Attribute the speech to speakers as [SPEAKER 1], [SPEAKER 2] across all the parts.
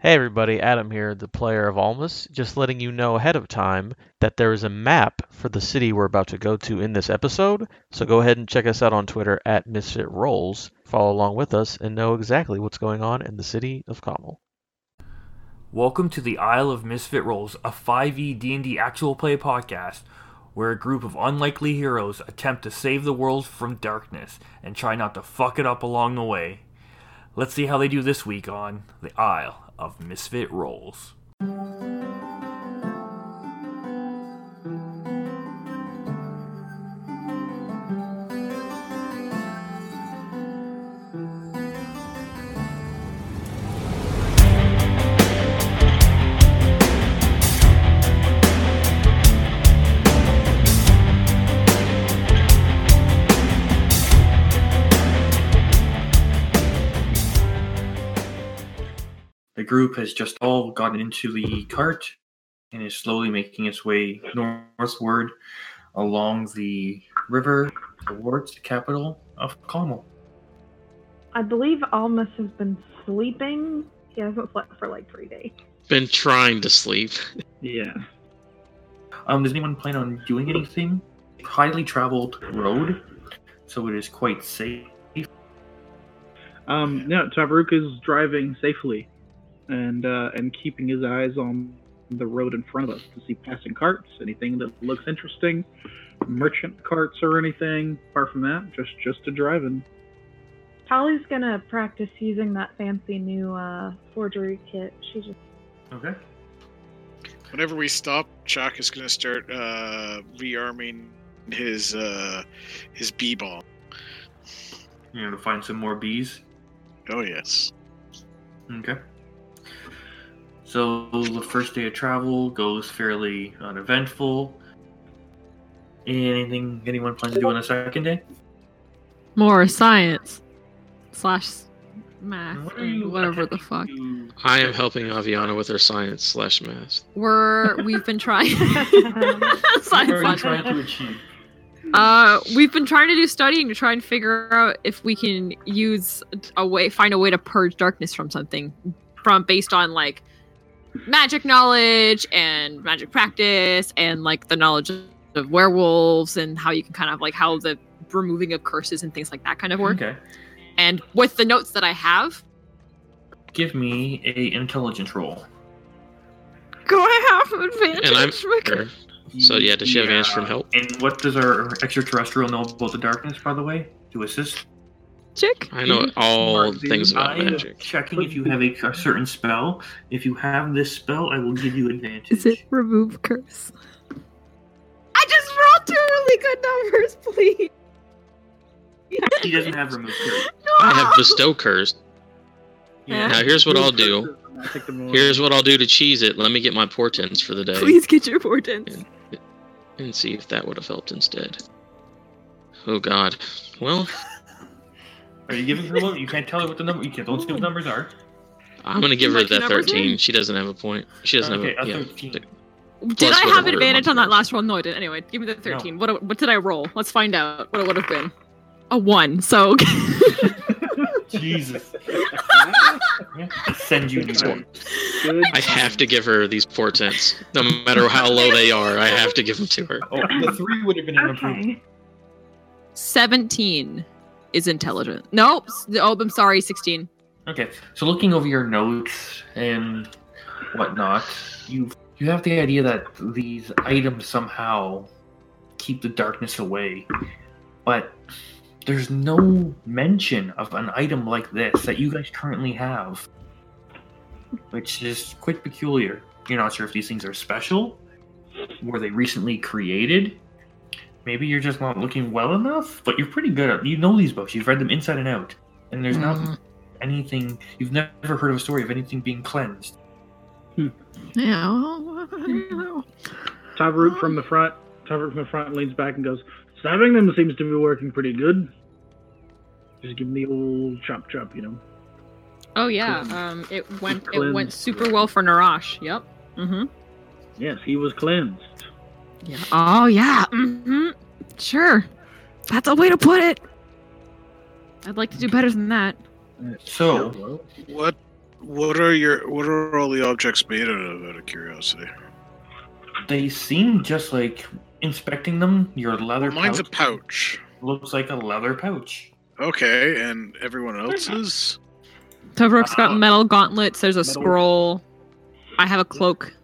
[SPEAKER 1] Hey everybody, Adam here, the player of Almas, just letting you know ahead of time that there is a map for the city we're about to go to in this episode. So go ahead and check us out on Twitter at Misfit Rolls, follow along with us, and know exactly what's going on in the city of Kamal.
[SPEAKER 2] Welcome to the Isle of Misfit Rolls, a E 5e D&D actual play podcast where a group of unlikely heroes attempt to save the world from darkness and try not to fuck it up along the way. Let's see how they do this week on the Isle of Misfit Rolls. The group has just all gotten into the cart and is slowly making its way northward along the river towards the capital of Carmel.
[SPEAKER 3] I believe Almas has been sleeping. He hasn't slept for like three days.
[SPEAKER 4] been trying to sleep.
[SPEAKER 5] Yeah.
[SPEAKER 2] Um, does anyone plan on doing anything? Highly traveled road, so it is quite safe.
[SPEAKER 5] Um, no, Tabaruk is driving safely and uh, and keeping his eyes on the road in front of us to see passing carts, anything that looks interesting, merchant carts or anything. Apart from that, just just a driving.
[SPEAKER 3] Polly's gonna practice using that fancy new uh, forgery kit. She just
[SPEAKER 2] Okay.
[SPEAKER 6] Whenever we stop, Chuck is gonna start uh, rearming his uh, his bee bomb.
[SPEAKER 2] You're gonna find some more bees.
[SPEAKER 6] Oh yes.
[SPEAKER 2] Okay. So the first day of travel goes fairly uneventful. Anything anyone plans to do on the second day?
[SPEAKER 7] more science slash math
[SPEAKER 2] What are
[SPEAKER 7] or
[SPEAKER 2] you-
[SPEAKER 7] whatever the
[SPEAKER 2] what
[SPEAKER 7] fuck
[SPEAKER 2] you-
[SPEAKER 4] I am helping Aviana with her science slash math.
[SPEAKER 7] we're we've been trying science
[SPEAKER 2] What are you
[SPEAKER 7] slash
[SPEAKER 2] trying
[SPEAKER 7] math.
[SPEAKER 2] to achieve?
[SPEAKER 7] uh we've been trying to do studying to try and figure out if we can use a way find a way to purge darkness from something from based on like magic knowledge and magic practice and like the knowledge of werewolves and how you can kind of like how the removing of curses and things like that kind of work
[SPEAKER 2] Okay.
[SPEAKER 7] and with the notes that i have
[SPEAKER 2] Give me a intelligence roll.
[SPEAKER 7] Go I have advantage?
[SPEAKER 4] And I'm
[SPEAKER 7] Rick?
[SPEAKER 4] Sure. So yeah, does she have answer from
[SPEAKER 2] Yeah.
[SPEAKER 4] help?
[SPEAKER 2] And what does our extraterrestrial know about the darkness, by the way, to assist?
[SPEAKER 7] Chick?
[SPEAKER 4] I know all
[SPEAKER 5] Mark,
[SPEAKER 4] things about
[SPEAKER 2] I am
[SPEAKER 4] magic.
[SPEAKER 2] checking if you have a, a certain spell. If you have this spell, I will give you advantage.
[SPEAKER 7] remove curse? I just rolled two really good numbers, please.
[SPEAKER 2] He doesn't have remove curse.
[SPEAKER 7] No!
[SPEAKER 4] I have bestow curse. Now here's what I'll do.
[SPEAKER 5] I take them all.
[SPEAKER 4] Here's what I'll do to cheese it. Let me get my portents for the day
[SPEAKER 7] Please get your portents.
[SPEAKER 4] and see if that would have helped instead. Oh God. Well,
[SPEAKER 2] Are you giving her one? You can't tell her what the number. You can't don't see what the numbers are.
[SPEAKER 4] I'm gonna give her
[SPEAKER 7] Lucky
[SPEAKER 4] that
[SPEAKER 7] numbers,
[SPEAKER 4] 13.
[SPEAKER 7] man.
[SPEAKER 4] She doesn't have a point. She doesn't
[SPEAKER 2] okay,
[SPEAKER 4] have a,
[SPEAKER 2] a
[SPEAKER 4] yeah.
[SPEAKER 2] thirteen.
[SPEAKER 7] Did
[SPEAKER 4] Plus
[SPEAKER 7] I have
[SPEAKER 4] whatever
[SPEAKER 7] an advantage on that
[SPEAKER 4] modifier.
[SPEAKER 7] last roll? No, I didn't. Anyway, give me the 13. What, what did I roll? Let's find out what it would have been. A 1, so.
[SPEAKER 2] Jesus. Yeah, I send you
[SPEAKER 4] It's
[SPEAKER 2] to
[SPEAKER 5] Good.
[SPEAKER 4] I have to give her these portents, no matter how low they are. I have to give them to her.
[SPEAKER 8] Oh, the three would have been an improvement.
[SPEAKER 3] okay.
[SPEAKER 7] 17 is intelligent. Nope. s- Oh, I'm sorry, 16.
[SPEAKER 2] Okay, so looking over your notes and whatnot, you you have the idea that these items somehow keep the darkness away, but there's no mention of an item like this that you guys currently have, which is quite peculiar. You're not sure if these things are special, were they recently created? Maybe you're just not looking well enough, but you're pretty good at you know these books. You've read them inside and out, and there's not
[SPEAKER 4] Mm,
[SPEAKER 2] anything you've never heard of a story of anything being cleansed
[SPEAKER 7] Yeah.
[SPEAKER 5] Tabaruk from the front. Tabaruk from the front leans back and goes, "Stabbing them seems to be working pretty good." Just give them the old chop chop, you know.
[SPEAKER 7] Oh yeah. Um, it went it
[SPEAKER 5] Cleanse.
[SPEAKER 7] went super well for Narash. Yep. Mhm.
[SPEAKER 5] Yes, he was cleansed.
[SPEAKER 7] Yeah. Oh yeah. Mhm. Sure. That's a way to put it. I'd like to do better than that.
[SPEAKER 2] so
[SPEAKER 6] What What are your What are all the objects made out of? Out of curiosity.
[SPEAKER 2] They seem just like inspecting them. Your leather
[SPEAKER 6] Mine's a
[SPEAKER 2] pouch
[SPEAKER 6] pouch.
[SPEAKER 2] looks like a leather pouch.
[SPEAKER 6] Okay, and everyone else's.
[SPEAKER 7] Tovruk's got
[SPEAKER 2] Uh,
[SPEAKER 7] metal gauntlets. There's a
[SPEAKER 5] metal.
[SPEAKER 7] scroll. I have a cloak.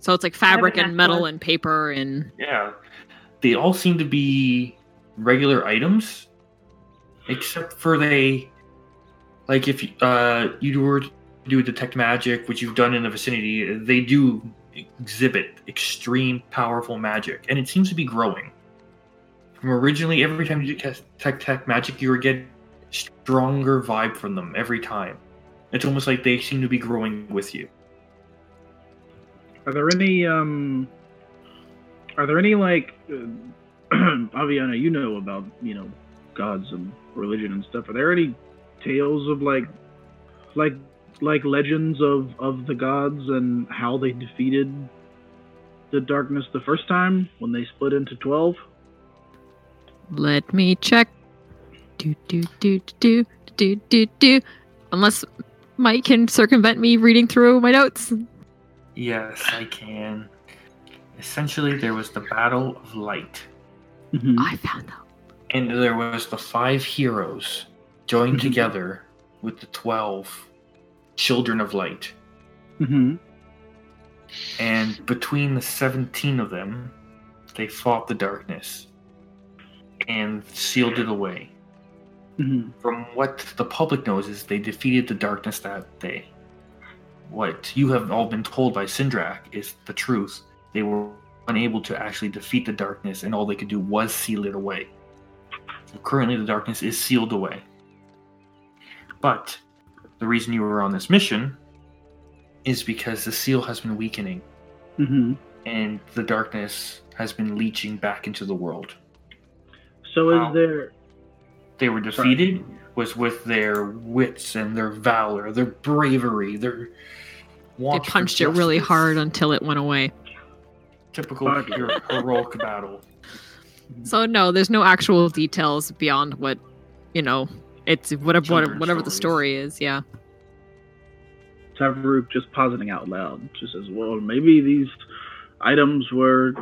[SPEAKER 7] So it's like
[SPEAKER 3] have
[SPEAKER 7] fabric
[SPEAKER 3] an
[SPEAKER 7] and metal
[SPEAKER 3] necklace.
[SPEAKER 7] and paper and
[SPEAKER 2] Yeah, they all seem to be regular items, except for they, like if uh, you were to do detect magic, which you've done in the vicinity, they do exhibit extreme powerful magic, and it seems to be growing. From originally, every time you cast tech tech magic, you were getting stronger vibe from them every time. It's almost like they seem to be growing with you.
[SPEAKER 5] Are there any um? Are there any like, uh, Aviana? You know about you know, gods and religion and stuff. Are there any tales of like, like, like legends of of the gods and how they defeated the darkness the first time when they split into twelve?
[SPEAKER 7] let me check. Do do do do do do do. Unless Mike can circumvent me reading through my notes.
[SPEAKER 2] Yes, I can. Essentially, there was the Battle of Light,
[SPEAKER 7] I found them.
[SPEAKER 2] and there was the five heroes joined
[SPEAKER 5] Mhm.
[SPEAKER 2] together with the twelve children of light.
[SPEAKER 5] Mm-hmm.
[SPEAKER 2] And between the seventeen of them, they fought the darkness and sealed it away.
[SPEAKER 5] Mm-hmm.
[SPEAKER 2] From what the public knows, is they defeated the darkness that day. What you have all been told by Sindrak is the truth. They were unable to actually defeat the darkness, and all they could do was seal it away. So currently, the darkness is sealed away. But the reason you were on this mission is because the seal has been weakening,
[SPEAKER 5] Mm-hmm.
[SPEAKER 2] and the darkness has been leeching back into the world.
[SPEAKER 5] So
[SPEAKER 2] Wow.
[SPEAKER 5] is there?
[SPEAKER 2] they were defeated was with their wits and their valor, their bravery, their
[SPEAKER 7] They
[SPEAKER 2] want for
[SPEAKER 7] punched it really
[SPEAKER 2] justice.
[SPEAKER 7] hard until it went away.
[SPEAKER 2] typical hero- heroic battle.
[SPEAKER 7] So no, there's no actual details beyond what you know. It's whatever
[SPEAKER 2] Children's
[SPEAKER 7] whatever the story
[SPEAKER 2] stories.
[SPEAKER 7] is. Yeah.
[SPEAKER 5] Tavaruk just positing out loud, just says, "Well, maybe these items were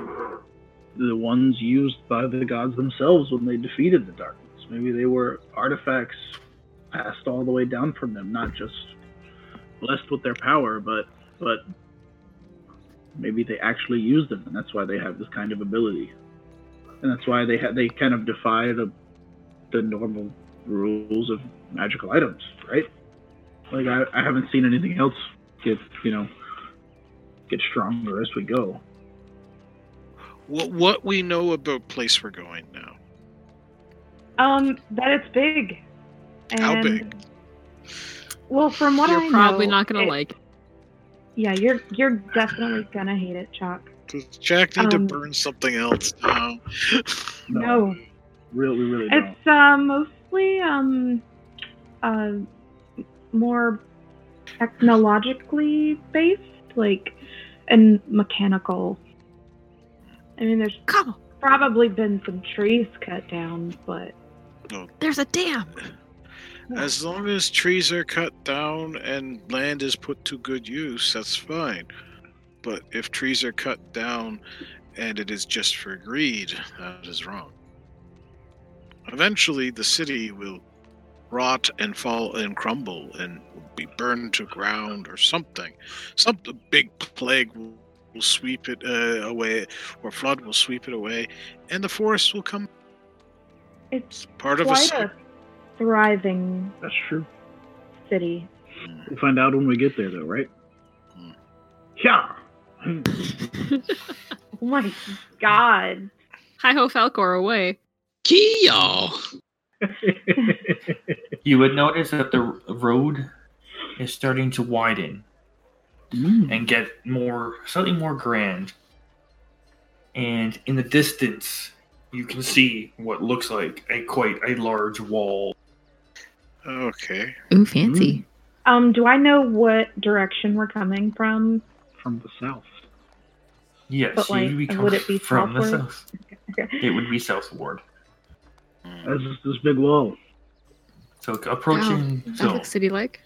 [SPEAKER 5] the ones used by the gods themselves when they defeated the darkness. Maybe they were artifacts passed all the way down from them, not just blessed with their power, but but maybe they actually used them, and that's why they have this kind of ability, and that's why they ha- they kind of defy the the normal rules of magical items, right?" Like I, I haven't seen anything else get you know get stronger as we go.
[SPEAKER 6] What What we know about place we're going now?
[SPEAKER 3] Um, that it's big. And,
[SPEAKER 6] How big?
[SPEAKER 3] Well, from what I
[SPEAKER 7] You're probably
[SPEAKER 3] know,
[SPEAKER 7] not gonna
[SPEAKER 3] it-
[SPEAKER 7] like.
[SPEAKER 3] Yeah, you're you're definitely gonna hate it, Chalk.
[SPEAKER 6] Does Jack need to
[SPEAKER 3] Um,
[SPEAKER 6] burn something else now?
[SPEAKER 3] No,
[SPEAKER 5] really, we really don't.
[SPEAKER 3] it's uh, mostly um, uh, more technologically based, like and mechanical. I mean, there's
[SPEAKER 7] Come on,
[SPEAKER 3] probably been some trees cut down, but
[SPEAKER 7] there's a dam.
[SPEAKER 6] As long as trees are cut down and land is put to good use, that's fine. But if trees are cut down and it is just for greed, that is wrong. Eventually, the city will rot and fall and crumble and be burned to ground or something. Some big plague will, will sweep it uh, away, or flood will sweep it away, and the forest will come.
[SPEAKER 3] it's
[SPEAKER 6] Part of
[SPEAKER 3] quite
[SPEAKER 6] cycle.
[SPEAKER 3] a thriving
[SPEAKER 5] That's true.
[SPEAKER 3] city.
[SPEAKER 5] We'll find out when we get there, though, right?
[SPEAKER 6] Hmm.
[SPEAKER 5] Yeah.
[SPEAKER 3] Oh my god!
[SPEAKER 7] Hi ho, Falcor away.
[SPEAKER 4] Kyo!
[SPEAKER 2] You would notice that the r- road is starting to widen
[SPEAKER 5] Mm.
[SPEAKER 2] and get more, slightly more grand. And in the distance, you can see what looks like a quite a large wall.
[SPEAKER 6] Okay.
[SPEAKER 7] Ooh,
[SPEAKER 5] fancy.
[SPEAKER 3] Um, do I know what direction we're coming from?
[SPEAKER 5] From the south.
[SPEAKER 2] Yes,
[SPEAKER 3] But, like,
[SPEAKER 2] you would be
[SPEAKER 3] would
[SPEAKER 2] coming
[SPEAKER 3] it be
[SPEAKER 2] from the
[SPEAKER 3] southward?
[SPEAKER 2] south. It would be southward.
[SPEAKER 6] Hmm.
[SPEAKER 5] That's just this big wall.
[SPEAKER 7] Oh,
[SPEAKER 2] So approaching. so
[SPEAKER 7] city like.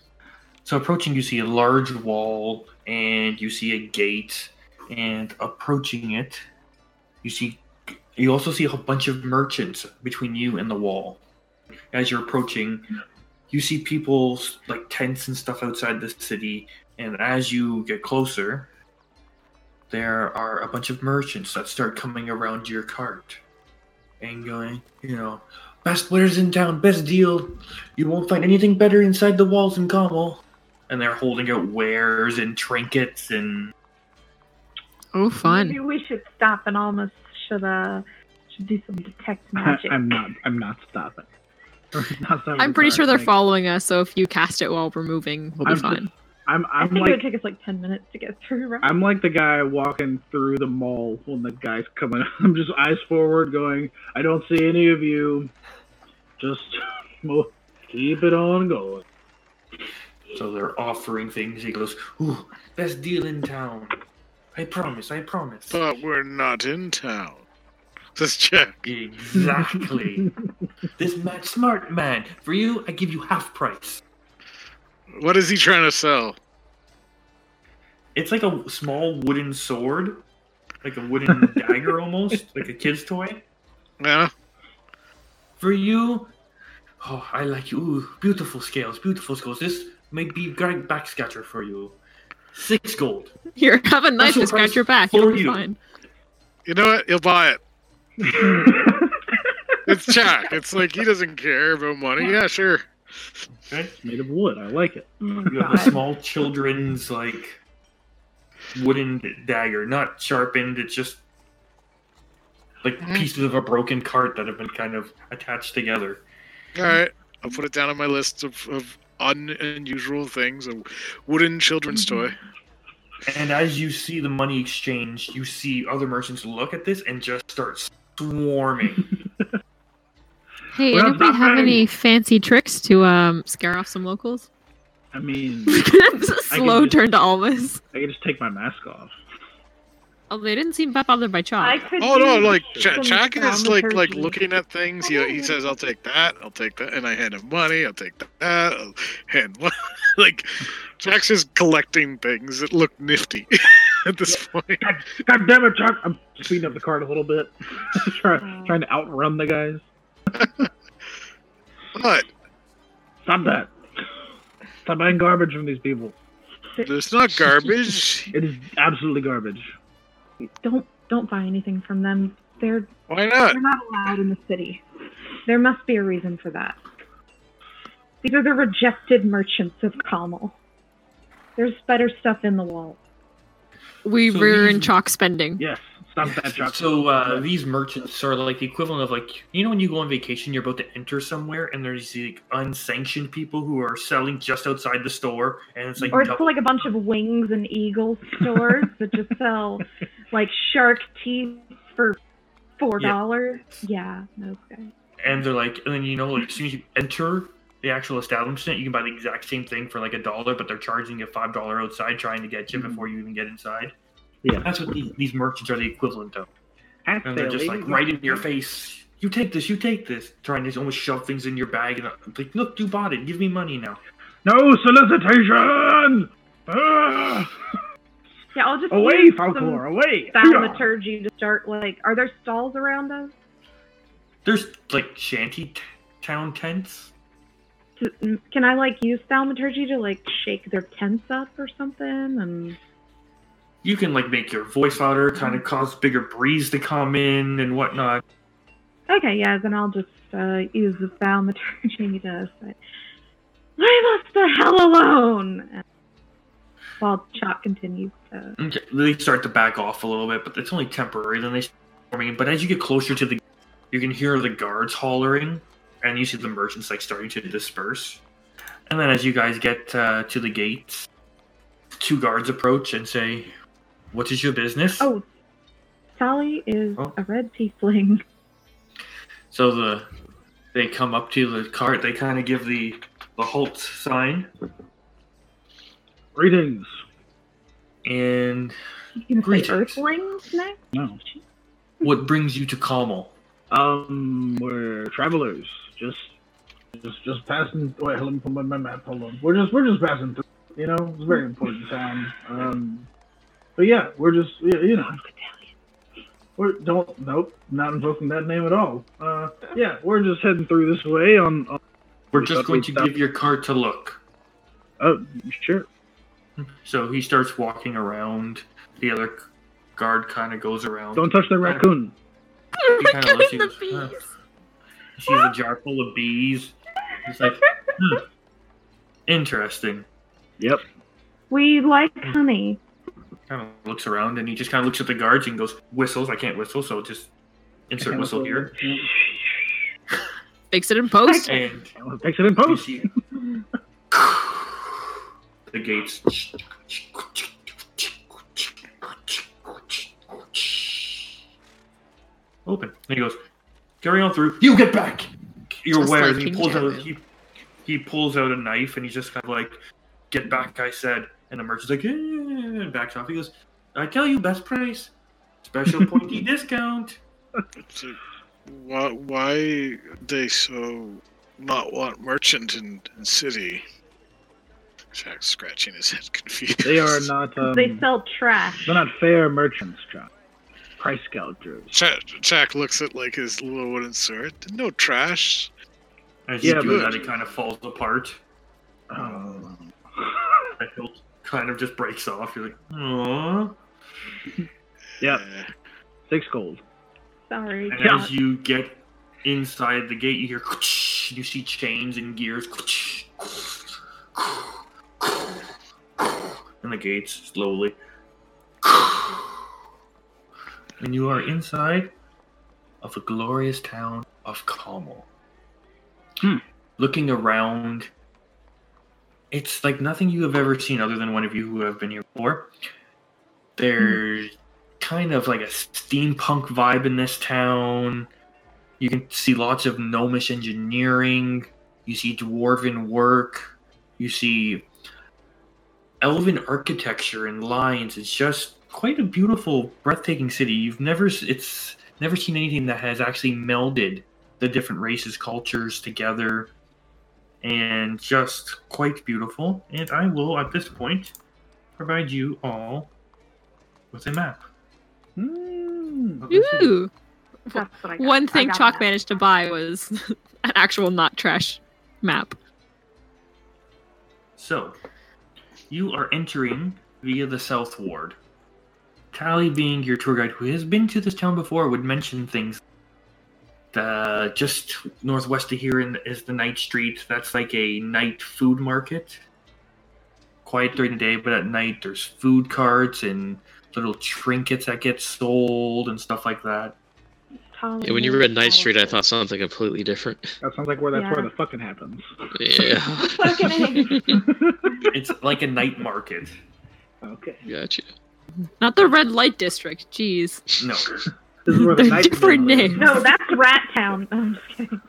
[SPEAKER 2] So approaching, you see a large wall, and you see a gate, and approaching it, you see. You also see a whole bunch of merchants between you and the wall. As you're approaching, you see people like tents and stuff outside the city, and as you get closer, there are a bunch of merchants that start coming around your cart and going, you know, best wares in town, best deal. You won't find anything better inside the walls in Gamal. And they're holding out wares and trinkets and
[SPEAKER 7] Oh,
[SPEAKER 3] Maybe
[SPEAKER 7] fun.
[SPEAKER 3] we should stop and almost should uh should do some detect magic.
[SPEAKER 5] I'm not. I'm not stopping. Not stopping
[SPEAKER 7] I'm pretty
[SPEAKER 5] the
[SPEAKER 7] sure
[SPEAKER 5] car,
[SPEAKER 7] they're
[SPEAKER 5] thanks.
[SPEAKER 7] following us, so if you cast it while we're moving, we'll be
[SPEAKER 5] I'm
[SPEAKER 7] fine.
[SPEAKER 5] I'm.
[SPEAKER 3] I
[SPEAKER 5] I'm
[SPEAKER 3] think it would
[SPEAKER 5] like.
[SPEAKER 3] take us like ten minutes to get through. Right?
[SPEAKER 5] I'm like the guy walking through the mall when the guy's coming. I'm just eyes forward, going. I don't see any of you. Just mo- keep it on going.
[SPEAKER 2] so they're offering things. He goes, Ooh, best deal in town. I promise, I promise.
[SPEAKER 6] But we're not in town. Let's check.
[SPEAKER 2] Exactly. this man smart man. For you, I give you half price.
[SPEAKER 6] What is he trying to sell?
[SPEAKER 2] It's like a small wooden sword. Like a wooden dagger almost, like a kid's toy.
[SPEAKER 6] Yeah.
[SPEAKER 2] For you, oh, I like you. Ooh, beautiful scales, beautiful scales. This might be great backscatter for you. Six gold.
[SPEAKER 7] Here, have a knife
[SPEAKER 2] Special
[SPEAKER 7] to scratch
[SPEAKER 2] price
[SPEAKER 7] your back.
[SPEAKER 2] for
[SPEAKER 7] It'll be
[SPEAKER 2] you.
[SPEAKER 7] fine.
[SPEAKER 6] You know what? He'll buy it. It's Jack. It's like he doesn't care about money. Yeah, sure.
[SPEAKER 2] Okay.
[SPEAKER 5] It's made of wood. I like it.
[SPEAKER 3] Oh,
[SPEAKER 2] You have a
[SPEAKER 3] God.
[SPEAKER 2] small children's like wooden dagger, not sharpened. It's just like
[SPEAKER 6] Mhm.
[SPEAKER 2] pieces of a broken cart that have been kind of attached together.
[SPEAKER 6] All right. I'll put it down on my list of, of un- unusual things. A wooden children's toy.
[SPEAKER 2] And as you see the money exchanged, you see other merchants look at this and just start swarming.
[SPEAKER 7] Hey,
[SPEAKER 5] We're
[SPEAKER 7] anybody have
[SPEAKER 5] stopping.
[SPEAKER 7] any fancy tricks to um, scare off some locals?
[SPEAKER 5] I mean,
[SPEAKER 7] Slow
[SPEAKER 5] just-
[SPEAKER 7] turn to Almas.
[SPEAKER 5] I can just take my mask off.
[SPEAKER 7] Oh, they didn't seem that bothered by
[SPEAKER 3] I
[SPEAKER 7] Chalk.
[SPEAKER 3] could
[SPEAKER 6] Oh no!
[SPEAKER 3] do
[SPEAKER 6] Like Ch-
[SPEAKER 3] some
[SPEAKER 6] Jack is like like
[SPEAKER 3] thaumaturgy.
[SPEAKER 6] looking at things. He, he says, "I'll take that. I'll take that," and I hand him money. I'll take that. I'll hand one." like Jack's just collecting things that look nifty at this point.
[SPEAKER 5] God, God damn it, Chuck! I'm speeding up the cart a little bit, trying, trying to outrun the guys.
[SPEAKER 6] But
[SPEAKER 5] Stop that! Stop buying garbage from these people.
[SPEAKER 6] there's not garbage.
[SPEAKER 5] It is absolutely garbage.
[SPEAKER 3] Don't don't buy anything from them. They're
[SPEAKER 6] Why not?
[SPEAKER 3] they're not allowed in the city. There must be a reason for that. These are the rejected merchants of Kamal. There's better stuff in the wall.
[SPEAKER 7] We
[SPEAKER 2] So
[SPEAKER 7] were in
[SPEAKER 2] these-
[SPEAKER 7] Chalk spending.
[SPEAKER 5] Yes, stop that, Chuck.
[SPEAKER 2] So uh, these merchants are like the equivalent of like you know when you go on vacation, you're about to enter somewhere, and there's these like, unsanctioned people who are selling just outside the store, and it's like
[SPEAKER 3] Or it's
[SPEAKER 2] double-
[SPEAKER 3] like a bunch of wings and eagle stores that just sell like shark teeth for four
[SPEAKER 2] Yeah.
[SPEAKER 3] dollars. Yeah. no okay.
[SPEAKER 2] and they're like, and then you know like as soon as you enter the actual establishment, you can buy the exact same thing for like a dollar, but they're charging you five dollar outside trying to get you
[SPEAKER 5] Mhm.
[SPEAKER 2] before you even get inside.
[SPEAKER 5] Yeah.
[SPEAKER 2] that's what these, these merchants are the equivalent of,
[SPEAKER 5] Ask
[SPEAKER 2] and they're
[SPEAKER 5] that
[SPEAKER 2] just
[SPEAKER 5] lady.
[SPEAKER 2] like right in your face. You take this, you take this, trying to almost shove things in your bag, and uh, like, look, you bought it, give me money now.
[SPEAKER 5] No solicitation! Ah!
[SPEAKER 3] Yeah, I'll just
[SPEAKER 5] Away,
[SPEAKER 3] use
[SPEAKER 5] Falcor,
[SPEAKER 3] some
[SPEAKER 5] away!
[SPEAKER 3] thaumaturgy to start like are there stalls around us?
[SPEAKER 2] There's like shanty t- town tents.
[SPEAKER 3] To- Can I like use thaumaturgy to like shake their tents up or something? And
[SPEAKER 2] You can like make your voice louder, kind of cause bigger breeze to come in and whatnot.
[SPEAKER 3] okay, yeah, then I'll just uh, use the thaumaturgy to say, "Leave us the hell alone!" And while Chop continues to
[SPEAKER 2] Okay, they start to back off a little bit, but it's only temporary. Then they start storming. But as you get closer to the, you can hear the guards hollering, and you see the merchants like starting to disperse. And then as you guys get uh, to the gates, two guards approach and say, "What is your business?"
[SPEAKER 3] oh, Sally is
[SPEAKER 2] Oh.
[SPEAKER 3] a red tiefling.
[SPEAKER 2] So the they come up to the cart. They kind of give the the halt sign,
[SPEAKER 5] Greetings.
[SPEAKER 2] and
[SPEAKER 3] You can
[SPEAKER 2] Greetings.
[SPEAKER 3] say Earthlings next.
[SPEAKER 5] No.
[SPEAKER 2] what brings you to Carmel?
[SPEAKER 5] Um, we're travelers. Just, just, just passing. Wait, let me put my my map. Hold on. We're just, we're just passing through. You know, it's a very important time. Um, but yeah, we're just y- you know, we're don't nope, not invoking that name at all. Uh, yeah, we're just heading through this way on. on
[SPEAKER 2] We're
[SPEAKER 5] We
[SPEAKER 2] just
[SPEAKER 5] thought
[SPEAKER 2] going
[SPEAKER 5] we'd
[SPEAKER 2] to
[SPEAKER 5] stop.
[SPEAKER 2] give your card to look.
[SPEAKER 5] oh, sure.
[SPEAKER 2] So he starts walking around. The other guard kind of goes around.
[SPEAKER 5] Don't touch the raccoon.
[SPEAKER 7] Oh
[SPEAKER 2] She
[SPEAKER 7] my
[SPEAKER 2] kinda looks
[SPEAKER 7] god,
[SPEAKER 2] at
[SPEAKER 7] the
[SPEAKER 2] you, huh?
[SPEAKER 7] bees!
[SPEAKER 2] She's a jar full of bees. It's like, hmm, interesting.
[SPEAKER 5] Yep.
[SPEAKER 3] We like
[SPEAKER 2] Mm.
[SPEAKER 3] honey.
[SPEAKER 2] Kind of looks around and he just kind of looks at the guards and goes, whistles. I can't whistle, so just insert whistle here.
[SPEAKER 7] Fix it in post.
[SPEAKER 2] And
[SPEAKER 5] Exit in
[SPEAKER 2] you
[SPEAKER 5] post.
[SPEAKER 2] see the gates. Open. And he goes, carry on through. You get back. You're
[SPEAKER 7] Just
[SPEAKER 2] aware.
[SPEAKER 7] like
[SPEAKER 2] And he
[SPEAKER 7] King
[SPEAKER 2] pulls out.
[SPEAKER 7] Jaru.
[SPEAKER 2] He, he pulls out a knife and he's just kind of like, get back. I said. And the merchant's like, "Eh," and backs off. He goes, I tell you, best price, special pointy discount.
[SPEAKER 6] So, why, why they so not want merchant in, in city? Jack's scratching his head, confused.
[SPEAKER 5] They are not. Um,
[SPEAKER 3] they sell trash.
[SPEAKER 5] They're not fair merchants, John. Price gougers.
[SPEAKER 6] Jack, Jack looks at like his little wooden sword. No trash.
[SPEAKER 2] As you
[SPEAKER 5] Yeah,
[SPEAKER 2] do
[SPEAKER 6] but-
[SPEAKER 2] that, it kind of falls apart.
[SPEAKER 5] Oh.
[SPEAKER 2] The hilt kind of just breaks off. You're like, aww.
[SPEAKER 5] Yep.
[SPEAKER 6] Uh,
[SPEAKER 5] Six gold.
[SPEAKER 3] Sorry.
[SPEAKER 2] And
[SPEAKER 3] John.
[SPEAKER 2] as you get inside the gate, you hear you see chains and gears, and the gates slowly. And you are inside of the glorious town of Carmel.
[SPEAKER 5] Hmm.
[SPEAKER 2] Looking around, it's like nothing you have ever seen other than one of you who have been here before. There's kind of like a steampunk vibe in this town. You can see lots of gnomish engineering. You see dwarven work. You see elven architecture and lions. It's just quite a beautiful, breathtaking city. You've never s- it's never seen anything that has actually melded the different races, cultures together, and just quite beautiful. And I will at this point provide you all with a map.
[SPEAKER 5] Hmm.
[SPEAKER 2] of the city.
[SPEAKER 7] Ooh.
[SPEAKER 3] That's what I got.
[SPEAKER 7] One
[SPEAKER 3] I
[SPEAKER 7] thing
[SPEAKER 3] got
[SPEAKER 7] Chalk
[SPEAKER 3] that.
[SPEAKER 7] managed to buy was an actual not trash map.
[SPEAKER 2] So, you are entering via the South Ward. Tally, being your tour guide who has been to this town before, would mention things. The just northwest of here in, is the Night Street. That's like a night food market. Quiet during the day, but at night there's food carts and little trinkets that get sold and stuff like that.
[SPEAKER 3] Tall
[SPEAKER 4] Yeah, when you
[SPEAKER 3] and
[SPEAKER 4] read Night
[SPEAKER 3] tall.
[SPEAKER 4] Street, I thought something completely different.
[SPEAKER 5] That sounds like where that's where
[SPEAKER 3] Yeah.
[SPEAKER 5] the fucking happens.
[SPEAKER 4] Yeah.
[SPEAKER 3] Fucking
[SPEAKER 2] It's like a night market.
[SPEAKER 5] okay.
[SPEAKER 4] gotcha.
[SPEAKER 7] Not the red light district. Jeez.
[SPEAKER 2] No.
[SPEAKER 5] This is where the
[SPEAKER 7] They're
[SPEAKER 5] knights
[SPEAKER 7] different
[SPEAKER 5] live.
[SPEAKER 7] names.
[SPEAKER 3] No, that's Rat Town. No, I'm just kidding.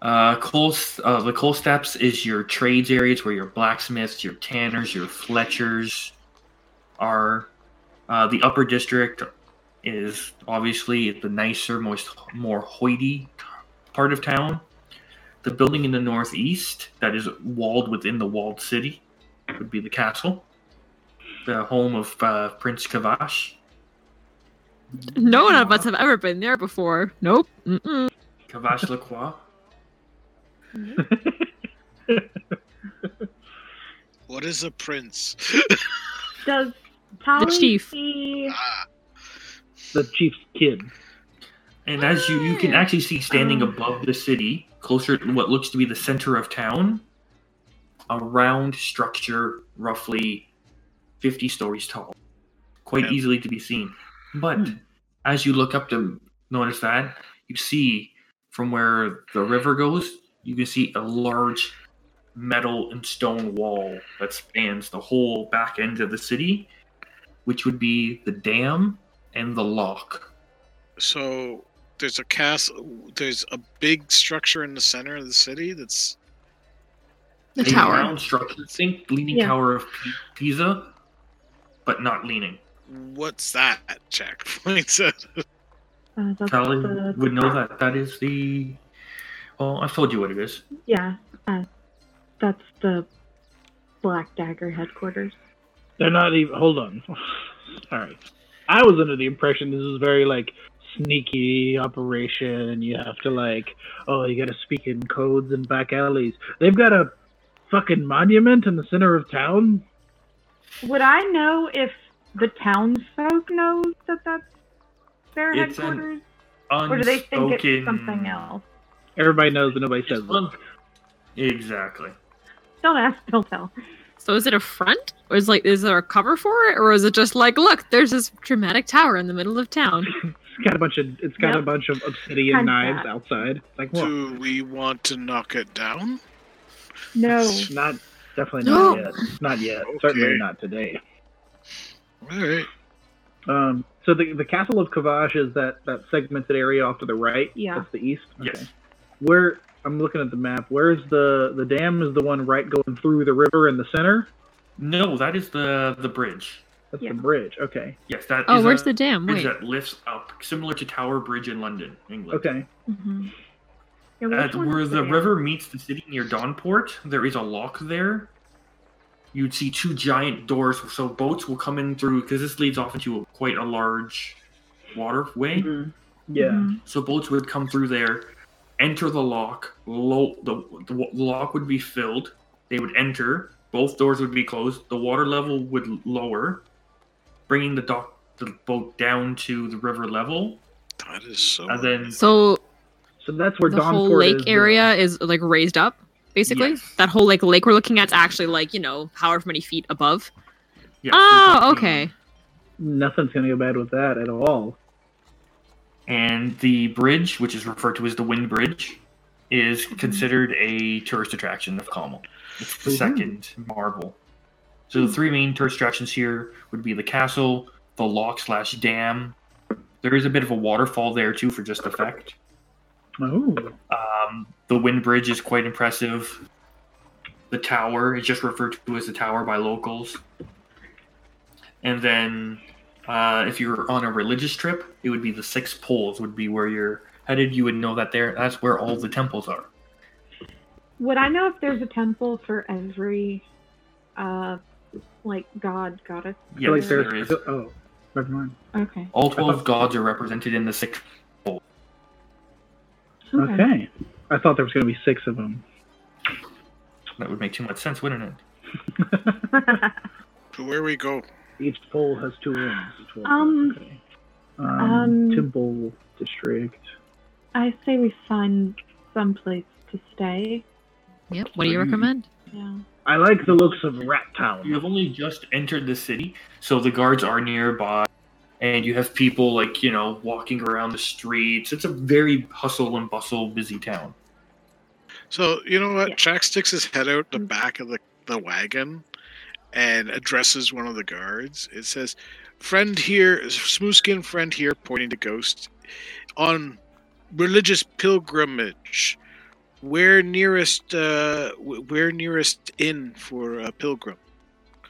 [SPEAKER 2] Uh, coal, uh, the coal steps is your trades areas where your blacksmiths, your tanners, your fletchers are. Uh, the upper district is obviously the nicer, most more hoity part of town. The building in the northeast that is walled within the walled city would be the castle, the home of uh, Prince Kavash.
[SPEAKER 7] No one of us have ever been there before. Nope. Mm-mm.
[SPEAKER 2] Kavash Lacroix.
[SPEAKER 6] what is a prince?
[SPEAKER 3] Does Tali
[SPEAKER 7] chief.
[SPEAKER 3] see-
[SPEAKER 6] ah,
[SPEAKER 5] The chief's kid.
[SPEAKER 2] And as you, you can actually see standing above the city, closer to what looks to be the center of town, a round structure roughly 50 stories tall. Quite
[SPEAKER 6] Yeah.
[SPEAKER 2] easily to be seen. But as you look up to notice that, you see from where the river goes, you can see a large metal and stone wall that spans the whole back end of the city, which would be the dam and the lock.
[SPEAKER 6] so there's a castle. There's a big structure in the center of the city. That's
[SPEAKER 7] The
[SPEAKER 2] a
[SPEAKER 7] tower.
[SPEAKER 2] round structure. Think Leaning
[SPEAKER 3] Yeah.
[SPEAKER 2] Tower of P- Pisa, but not leaning.
[SPEAKER 6] what's that? Jack points at.
[SPEAKER 3] Uh, that's
[SPEAKER 2] Tally
[SPEAKER 3] the-
[SPEAKER 2] would know that that is the. Well, I've told you what it is.
[SPEAKER 3] Yeah, uh, that's the Black Dagger headquarters.
[SPEAKER 5] They're not even. Hold on. All right. I was under the impression this was very like sneaky operation, and you have to like, oh, you got to speak in codes and back alleys. They've got a fucking monument in the center of town.
[SPEAKER 3] Would I know if the townsfolk knows that that's their
[SPEAKER 2] It's an
[SPEAKER 3] headquarters,
[SPEAKER 2] Unspoken...
[SPEAKER 3] or do they think it's something else?
[SPEAKER 5] Everybody knows, but nobody says.
[SPEAKER 2] It's
[SPEAKER 5] it.
[SPEAKER 2] un- Exactly.
[SPEAKER 3] Don't ask, don't tell.
[SPEAKER 7] So is it a front? Or is like is there a cover for it? Or is it just like, look, there's this dramatic tower in the middle of town?
[SPEAKER 5] It's got a bunch of. It's got a
[SPEAKER 3] Yep.
[SPEAKER 5] bunch of obsidian
[SPEAKER 3] Kind of
[SPEAKER 5] knives
[SPEAKER 3] that.
[SPEAKER 5] outside. It's like, well,
[SPEAKER 6] Do we want to knock it down?
[SPEAKER 3] No.
[SPEAKER 5] not definitely not
[SPEAKER 7] No.
[SPEAKER 5] yet. Not yet.
[SPEAKER 6] Okay.
[SPEAKER 5] Certainly not today.
[SPEAKER 6] All right.
[SPEAKER 5] Um, so the the castle of Kavash is that that segmented area off to the right.
[SPEAKER 3] Yeah.
[SPEAKER 5] That's the east.
[SPEAKER 2] Yes.
[SPEAKER 5] Where I'm looking at the map. Where's the the dam? Is the one right going through the river in the center?
[SPEAKER 2] No, that is the the bridge.
[SPEAKER 5] That's
[SPEAKER 3] Yeah.
[SPEAKER 5] the bridge. Okay.
[SPEAKER 2] Yes, that
[SPEAKER 7] Oh,
[SPEAKER 2] is
[SPEAKER 7] where's
[SPEAKER 2] a
[SPEAKER 7] the dam?
[SPEAKER 2] bridge
[SPEAKER 7] Wait.
[SPEAKER 2] that lifts up, similar to Tower Bridge in London, England.
[SPEAKER 5] Okay.
[SPEAKER 3] Mm-hmm. Yeah, which
[SPEAKER 2] At
[SPEAKER 3] one's
[SPEAKER 2] where the
[SPEAKER 3] there?
[SPEAKER 2] river meets the city near Dawnport, there is a lock there. You'd see two giant doors, so boats will come in through because this leads off into a, quite a large waterway.
[SPEAKER 3] Mm-hmm.
[SPEAKER 7] Mm-hmm.
[SPEAKER 5] Yeah.
[SPEAKER 3] Mhm.
[SPEAKER 2] So boats would come through there, enter the lock. Lo- the, the wa- lock would be filled. They would enter. Both doors would be closed. The water level would l- lower, bringing the dock the boat down to the river level,
[SPEAKER 6] That is so.
[SPEAKER 2] and then
[SPEAKER 7] So
[SPEAKER 5] So that's where
[SPEAKER 7] the
[SPEAKER 5] Dawnport
[SPEAKER 7] whole lake
[SPEAKER 5] is, uh,
[SPEAKER 7] area is like raised up, basically.
[SPEAKER 2] Yes.
[SPEAKER 7] That whole like lake we're looking at's actually like, you know, however many feet above.
[SPEAKER 2] yeah,
[SPEAKER 7] oh,
[SPEAKER 2] there's a-
[SPEAKER 7] okay.
[SPEAKER 5] Nothing's gonna go bad with that at all.
[SPEAKER 2] And the bridge, which is referred to as the Wind Bridge, is considered a tourist attraction of Carmel. It's the
[SPEAKER 5] Ooh.
[SPEAKER 2] second marvel. So the three main tourist attractions here would be the castle, the lock slash dam. There is a bit of a waterfall there too for just effect.
[SPEAKER 5] Oh.
[SPEAKER 2] Um, the Wind Bridge is quite impressive. The tower is just referred to as the tower by locals. And then, uh, if you're on a religious trip, it would be the Six Poles would be where you're headed. You would know that there. That's where all the temples are.
[SPEAKER 3] Would I know if there's a temple for every, uh, like god goddess?
[SPEAKER 5] I feel
[SPEAKER 2] Yes,
[SPEAKER 5] like
[SPEAKER 3] there
[SPEAKER 2] there is.
[SPEAKER 5] Oh. Never mind.
[SPEAKER 3] Okay.
[SPEAKER 2] All twelve gods are represented in the six.
[SPEAKER 5] Okay. I thought there was gonna be six of them.
[SPEAKER 2] That would make too much sense, wouldn't it?
[SPEAKER 6] To where we go?
[SPEAKER 5] Each pole has two rings. Twelve.
[SPEAKER 3] Um,
[SPEAKER 5] Okay. Um,
[SPEAKER 3] um,
[SPEAKER 5] Temple district.
[SPEAKER 3] I say we find some place to stay.
[SPEAKER 7] Yep. What do you recommend?
[SPEAKER 3] Yeah.
[SPEAKER 5] I like the looks of Rat Town.
[SPEAKER 2] You have only just entered the city, so the guards are nearby, and you have people like you know walking around the streets. It's a very hustle and bustle, busy town.
[SPEAKER 6] So you know what?
[SPEAKER 3] Yeah.
[SPEAKER 6] Jack sticks his head out the
[SPEAKER 3] Mm.
[SPEAKER 6] back of the, the wagon and addresses one of the guards. It says, "Friend here, smooth skin friend here, pointing to Ghost, on religious pilgrimage. Where nearest? Uh, wh- where nearest inn for a pilgrim?"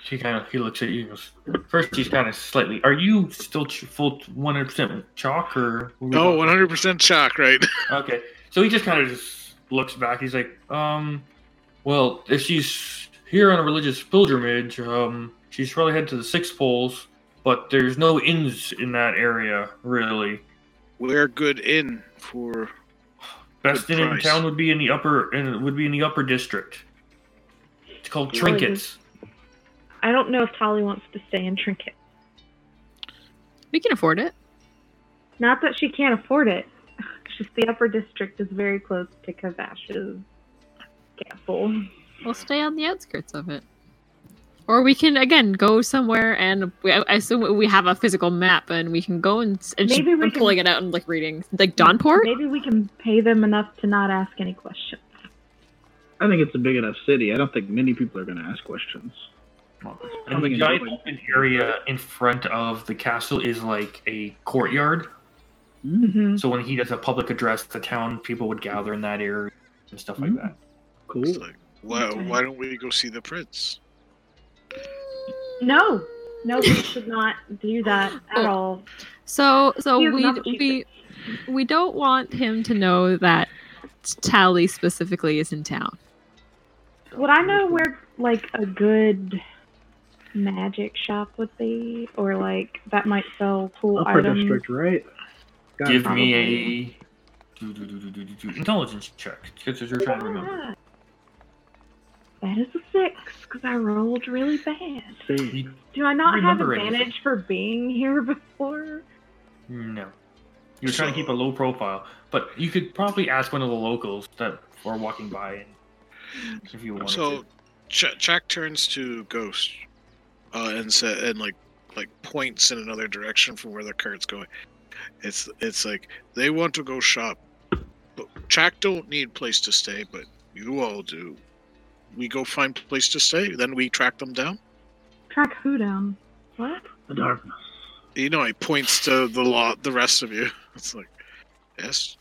[SPEAKER 2] She kind of he looks at you. and goes- First, he's kind of slightly. Are you still ch- full one hundred percent chalk or
[SPEAKER 6] No, Oh, one hundred percent shock, right?
[SPEAKER 2] Okay, so he just kind of just looks back. He's like, um, well, if she's here on a religious pilgrimage, um, she's probably headed to the six poles, but there's no inns in that area really.
[SPEAKER 6] Where good inn for?
[SPEAKER 2] Best
[SPEAKER 6] Good
[SPEAKER 2] inn in
[SPEAKER 6] price.
[SPEAKER 2] town would be in the upper and would be in the upper district. It's called
[SPEAKER 3] Really good.
[SPEAKER 2] Trinkets.
[SPEAKER 3] I don't know if Tolly wants to stay in Trinket.
[SPEAKER 7] We can afford it.
[SPEAKER 3] Not that she can't afford it. Just the upper district is very close to Kavash's castle.
[SPEAKER 7] We'll stay on the outskirts of it. Or we can again go somewhere, and we, I assume we have a physical map, and we can go and, and she-
[SPEAKER 3] Maybe we
[SPEAKER 7] I'm
[SPEAKER 3] can-
[SPEAKER 7] pulling it out and like reading, like Donport.
[SPEAKER 3] Maybe we can pay them enough to not ask any questions.
[SPEAKER 5] I think it's a big enough city. I don't think many people are going to ask questions.
[SPEAKER 2] And the
[SPEAKER 5] Something
[SPEAKER 2] giant
[SPEAKER 5] annoying.
[SPEAKER 2] open area in front of the castle is like a courtyard.
[SPEAKER 3] Mm-hmm.
[SPEAKER 2] So when he does a public address, the town people would gather in that area and stuff like
[SPEAKER 5] Mm.
[SPEAKER 2] that.
[SPEAKER 5] Cool.
[SPEAKER 6] It's like, why,
[SPEAKER 3] Okay.
[SPEAKER 6] why don't we go see the prince?
[SPEAKER 3] No, no, we should not do that at all.
[SPEAKER 7] So so
[SPEAKER 3] He is
[SPEAKER 7] we
[SPEAKER 3] not
[SPEAKER 7] we we don't want him to know that Tally specifically is in town.
[SPEAKER 3] Would I know where like a good magic shop would be, or like that might sell cool
[SPEAKER 5] Upper
[SPEAKER 3] items.
[SPEAKER 5] district, right? Got it.
[SPEAKER 2] Give me a do, do, do, do, do, do, do, intelligence check. Because you're trying to remember.
[SPEAKER 3] Ah. That is a six because I rolled really bad.
[SPEAKER 5] See.
[SPEAKER 3] Do I not have
[SPEAKER 2] Remember
[SPEAKER 3] advantage
[SPEAKER 2] anything.
[SPEAKER 3] for being here before?
[SPEAKER 2] No. You're trying to keep a low profile, but you could probably ask one of the locals that are walking by and if you want
[SPEAKER 6] So,
[SPEAKER 2] to.
[SPEAKER 6] Ch- Jack turns to Ghost, uh, and sa and like like points in another direction from where the cart's going. It's it's like they want to go shop, but Jack don't need place to stay, but you all do. We go find place to stay, then we track them down.
[SPEAKER 3] Track who down? What?
[SPEAKER 5] The darkness.
[SPEAKER 6] You know, he points to the lot, the rest of you. It's like, yes,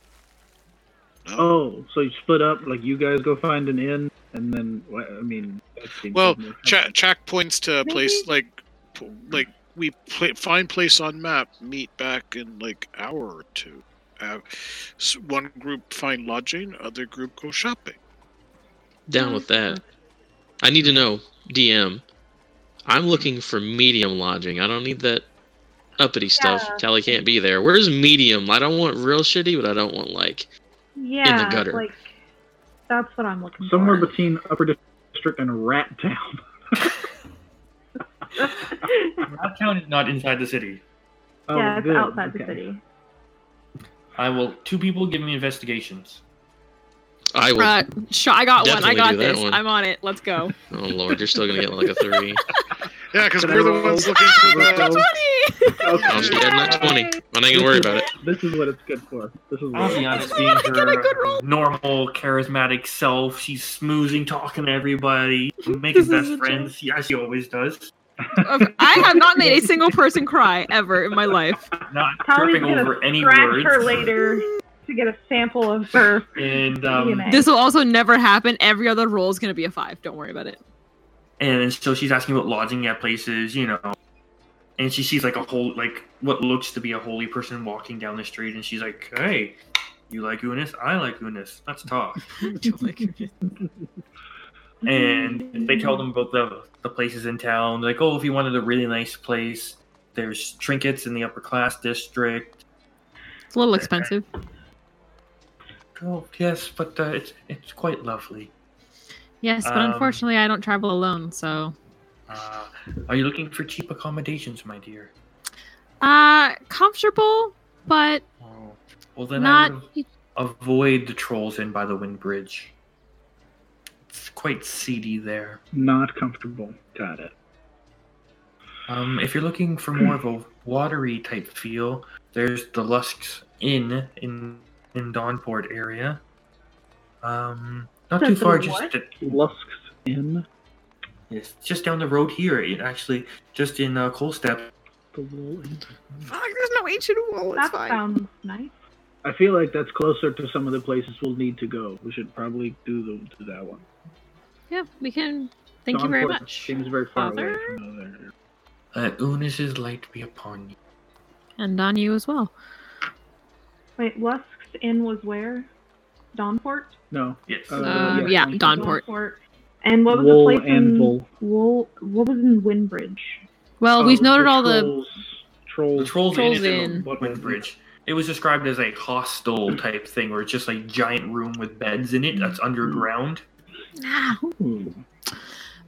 [SPEAKER 6] no.
[SPEAKER 5] Oh, so you split up? Like you guys go find an inn, and then wha- I mean. that seems
[SPEAKER 6] Well,
[SPEAKER 5] like more sense.
[SPEAKER 6] Jack, Jack points to a place like p- like we pla find place on map, meet back in like hour or two. Uh, s- one group find lodging, other group go shopping.
[SPEAKER 4] Down with that. I need to know, DM. I'm looking for medium lodging. I don't need that uppity stuff.
[SPEAKER 3] Yeah.
[SPEAKER 4] Tally can't be there. Where's medium? I don't want real shitty, but I don't want like
[SPEAKER 3] Yeah.
[SPEAKER 4] gutter.
[SPEAKER 3] Like that's what I'm looking
[SPEAKER 5] somewhere
[SPEAKER 3] for.
[SPEAKER 5] between Upper District and Rat Town.
[SPEAKER 2] Rat Town is not inside the city.
[SPEAKER 5] Oh,
[SPEAKER 3] yeah, it's
[SPEAKER 5] good,
[SPEAKER 3] outside the
[SPEAKER 5] okay.
[SPEAKER 3] city.
[SPEAKER 2] I will. Two people give me investigations.
[SPEAKER 4] I will.
[SPEAKER 7] Uh, sh- I got one. I
[SPEAKER 4] Definitely
[SPEAKER 7] got
[SPEAKER 4] do that
[SPEAKER 7] this.
[SPEAKER 4] one.
[SPEAKER 7] I'm on it. Let's go.
[SPEAKER 4] Oh lord, you're still gonna get like a three.
[SPEAKER 6] Yeah, because
[SPEAKER 5] Can I
[SPEAKER 6] we're the
[SPEAKER 5] roll?
[SPEAKER 6] ones looking for
[SPEAKER 4] Oh.
[SPEAKER 5] Roll.
[SPEAKER 6] the.
[SPEAKER 4] I'm
[SPEAKER 5] Okay.
[SPEAKER 4] still getting that twenty. I'm not even worried about it.
[SPEAKER 5] This is what it's good for. This is
[SPEAKER 2] I'll
[SPEAKER 5] what
[SPEAKER 2] be honest,
[SPEAKER 7] I
[SPEAKER 2] being
[SPEAKER 7] wanna get a good
[SPEAKER 2] her
[SPEAKER 7] roll.
[SPEAKER 2] normal, charismatic self, she's smoozing, talking to everybody, making
[SPEAKER 7] This is
[SPEAKER 2] best
[SPEAKER 7] a
[SPEAKER 2] friends. Yeah, she always does.
[SPEAKER 7] Okay, I have not made a single person cry ever in my life.
[SPEAKER 2] Not
[SPEAKER 3] Tally's
[SPEAKER 2] tripping
[SPEAKER 3] gonna
[SPEAKER 2] over any
[SPEAKER 3] Scratch
[SPEAKER 2] words.
[SPEAKER 3] her later to get a sample of her.
[SPEAKER 2] And um,
[SPEAKER 3] DNA.
[SPEAKER 7] This will also never happen. Every other roll is going to be a five. Don't worry about it.
[SPEAKER 2] and so she's asking about lodging at places, you know. And she sees like a whole like what looks to be a holy person walking down the street, and she's like, "Hey, you like Unis? I like Unis. Let's talk." and they tell them about the the places in town. Like, oh, if you wanted a really nice place, there's trinkets in the upper class district.
[SPEAKER 7] It's a little expensive.
[SPEAKER 2] Oh yes, but uh, it's it's quite lovely.
[SPEAKER 7] Yes, but
[SPEAKER 2] Um,
[SPEAKER 7] unfortunately, I don't travel alone, so.
[SPEAKER 2] Uh, are you looking for cheap accommodations, my dear?
[SPEAKER 7] Uh, comfortable, but
[SPEAKER 2] Oh, well then I
[SPEAKER 7] not. e-,
[SPEAKER 2] would avoid the trolls in by the wind bridge. It's quite seedy there.
[SPEAKER 5] not comfortable. Got it.
[SPEAKER 2] Um, if you're looking for more of a watery type feel, there's the Lusk's Inn in in Dawnport area. Um, not too
[SPEAKER 3] That's the
[SPEAKER 2] far, just
[SPEAKER 3] what?
[SPEAKER 5] Lusk's Inn.
[SPEAKER 2] yes, just down the road here. It actually just in uh, Colstep.
[SPEAKER 5] The little inn.
[SPEAKER 7] Fuck, Oh, there's no ancient wall.
[SPEAKER 3] That sounds nice.
[SPEAKER 5] I feel like that's closer to some of the places we'll need to go. We should probably do the do that one.
[SPEAKER 7] Yeah, we can. Thank you very
[SPEAKER 5] Dawnport
[SPEAKER 7] much.
[SPEAKER 5] Seems very far away
[SPEAKER 7] Father?
[SPEAKER 5] from other.
[SPEAKER 2] Uh, Unis's light be upon you.
[SPEAKER 7] And on you as well.
[SPEAKER 3] Wait, Lusk's Inn was where? Dawnport?
[SPEAKER 5] No,
[SPEAKER 2] Yes.
[SPEAKER 5] Uh,
[SPEAKER 7] Um,
[SPEAKER 5] yeah,
[SPEAKER 7] yeah,
[SPEAKER 5] thank you.
[SPEAKER 7] Dawnport.
[SPEAKER 3] And what was
[SPEAKER 5] Wool
[SPEAKER 3] the place in
[SPEAKER 5] Anvil.
[SPEAKER 3] Wool? What was in Winbridge?
[SPEAKER 7] Well, we've
[SPEAKER 5] Oh,
[SPEAKER 7] noted
[SPEAKER 5] the
[SPEAKER 7] all the.
[SPEAKER 5] trolls, trolls.
[SPEAKER 2] The Trolls,
[SPEAKER 7] Trolls
[SPEAKER 2] Inn
[SPEAKER 7] Inn.
[SPEAKER 2] is in Woodwind Bridge. It was described as a hostel type thing, where it's just a giant room with beds in it that's underground.
[SPEAKER 7] Ah,
[SPEAKER 5] Ooh.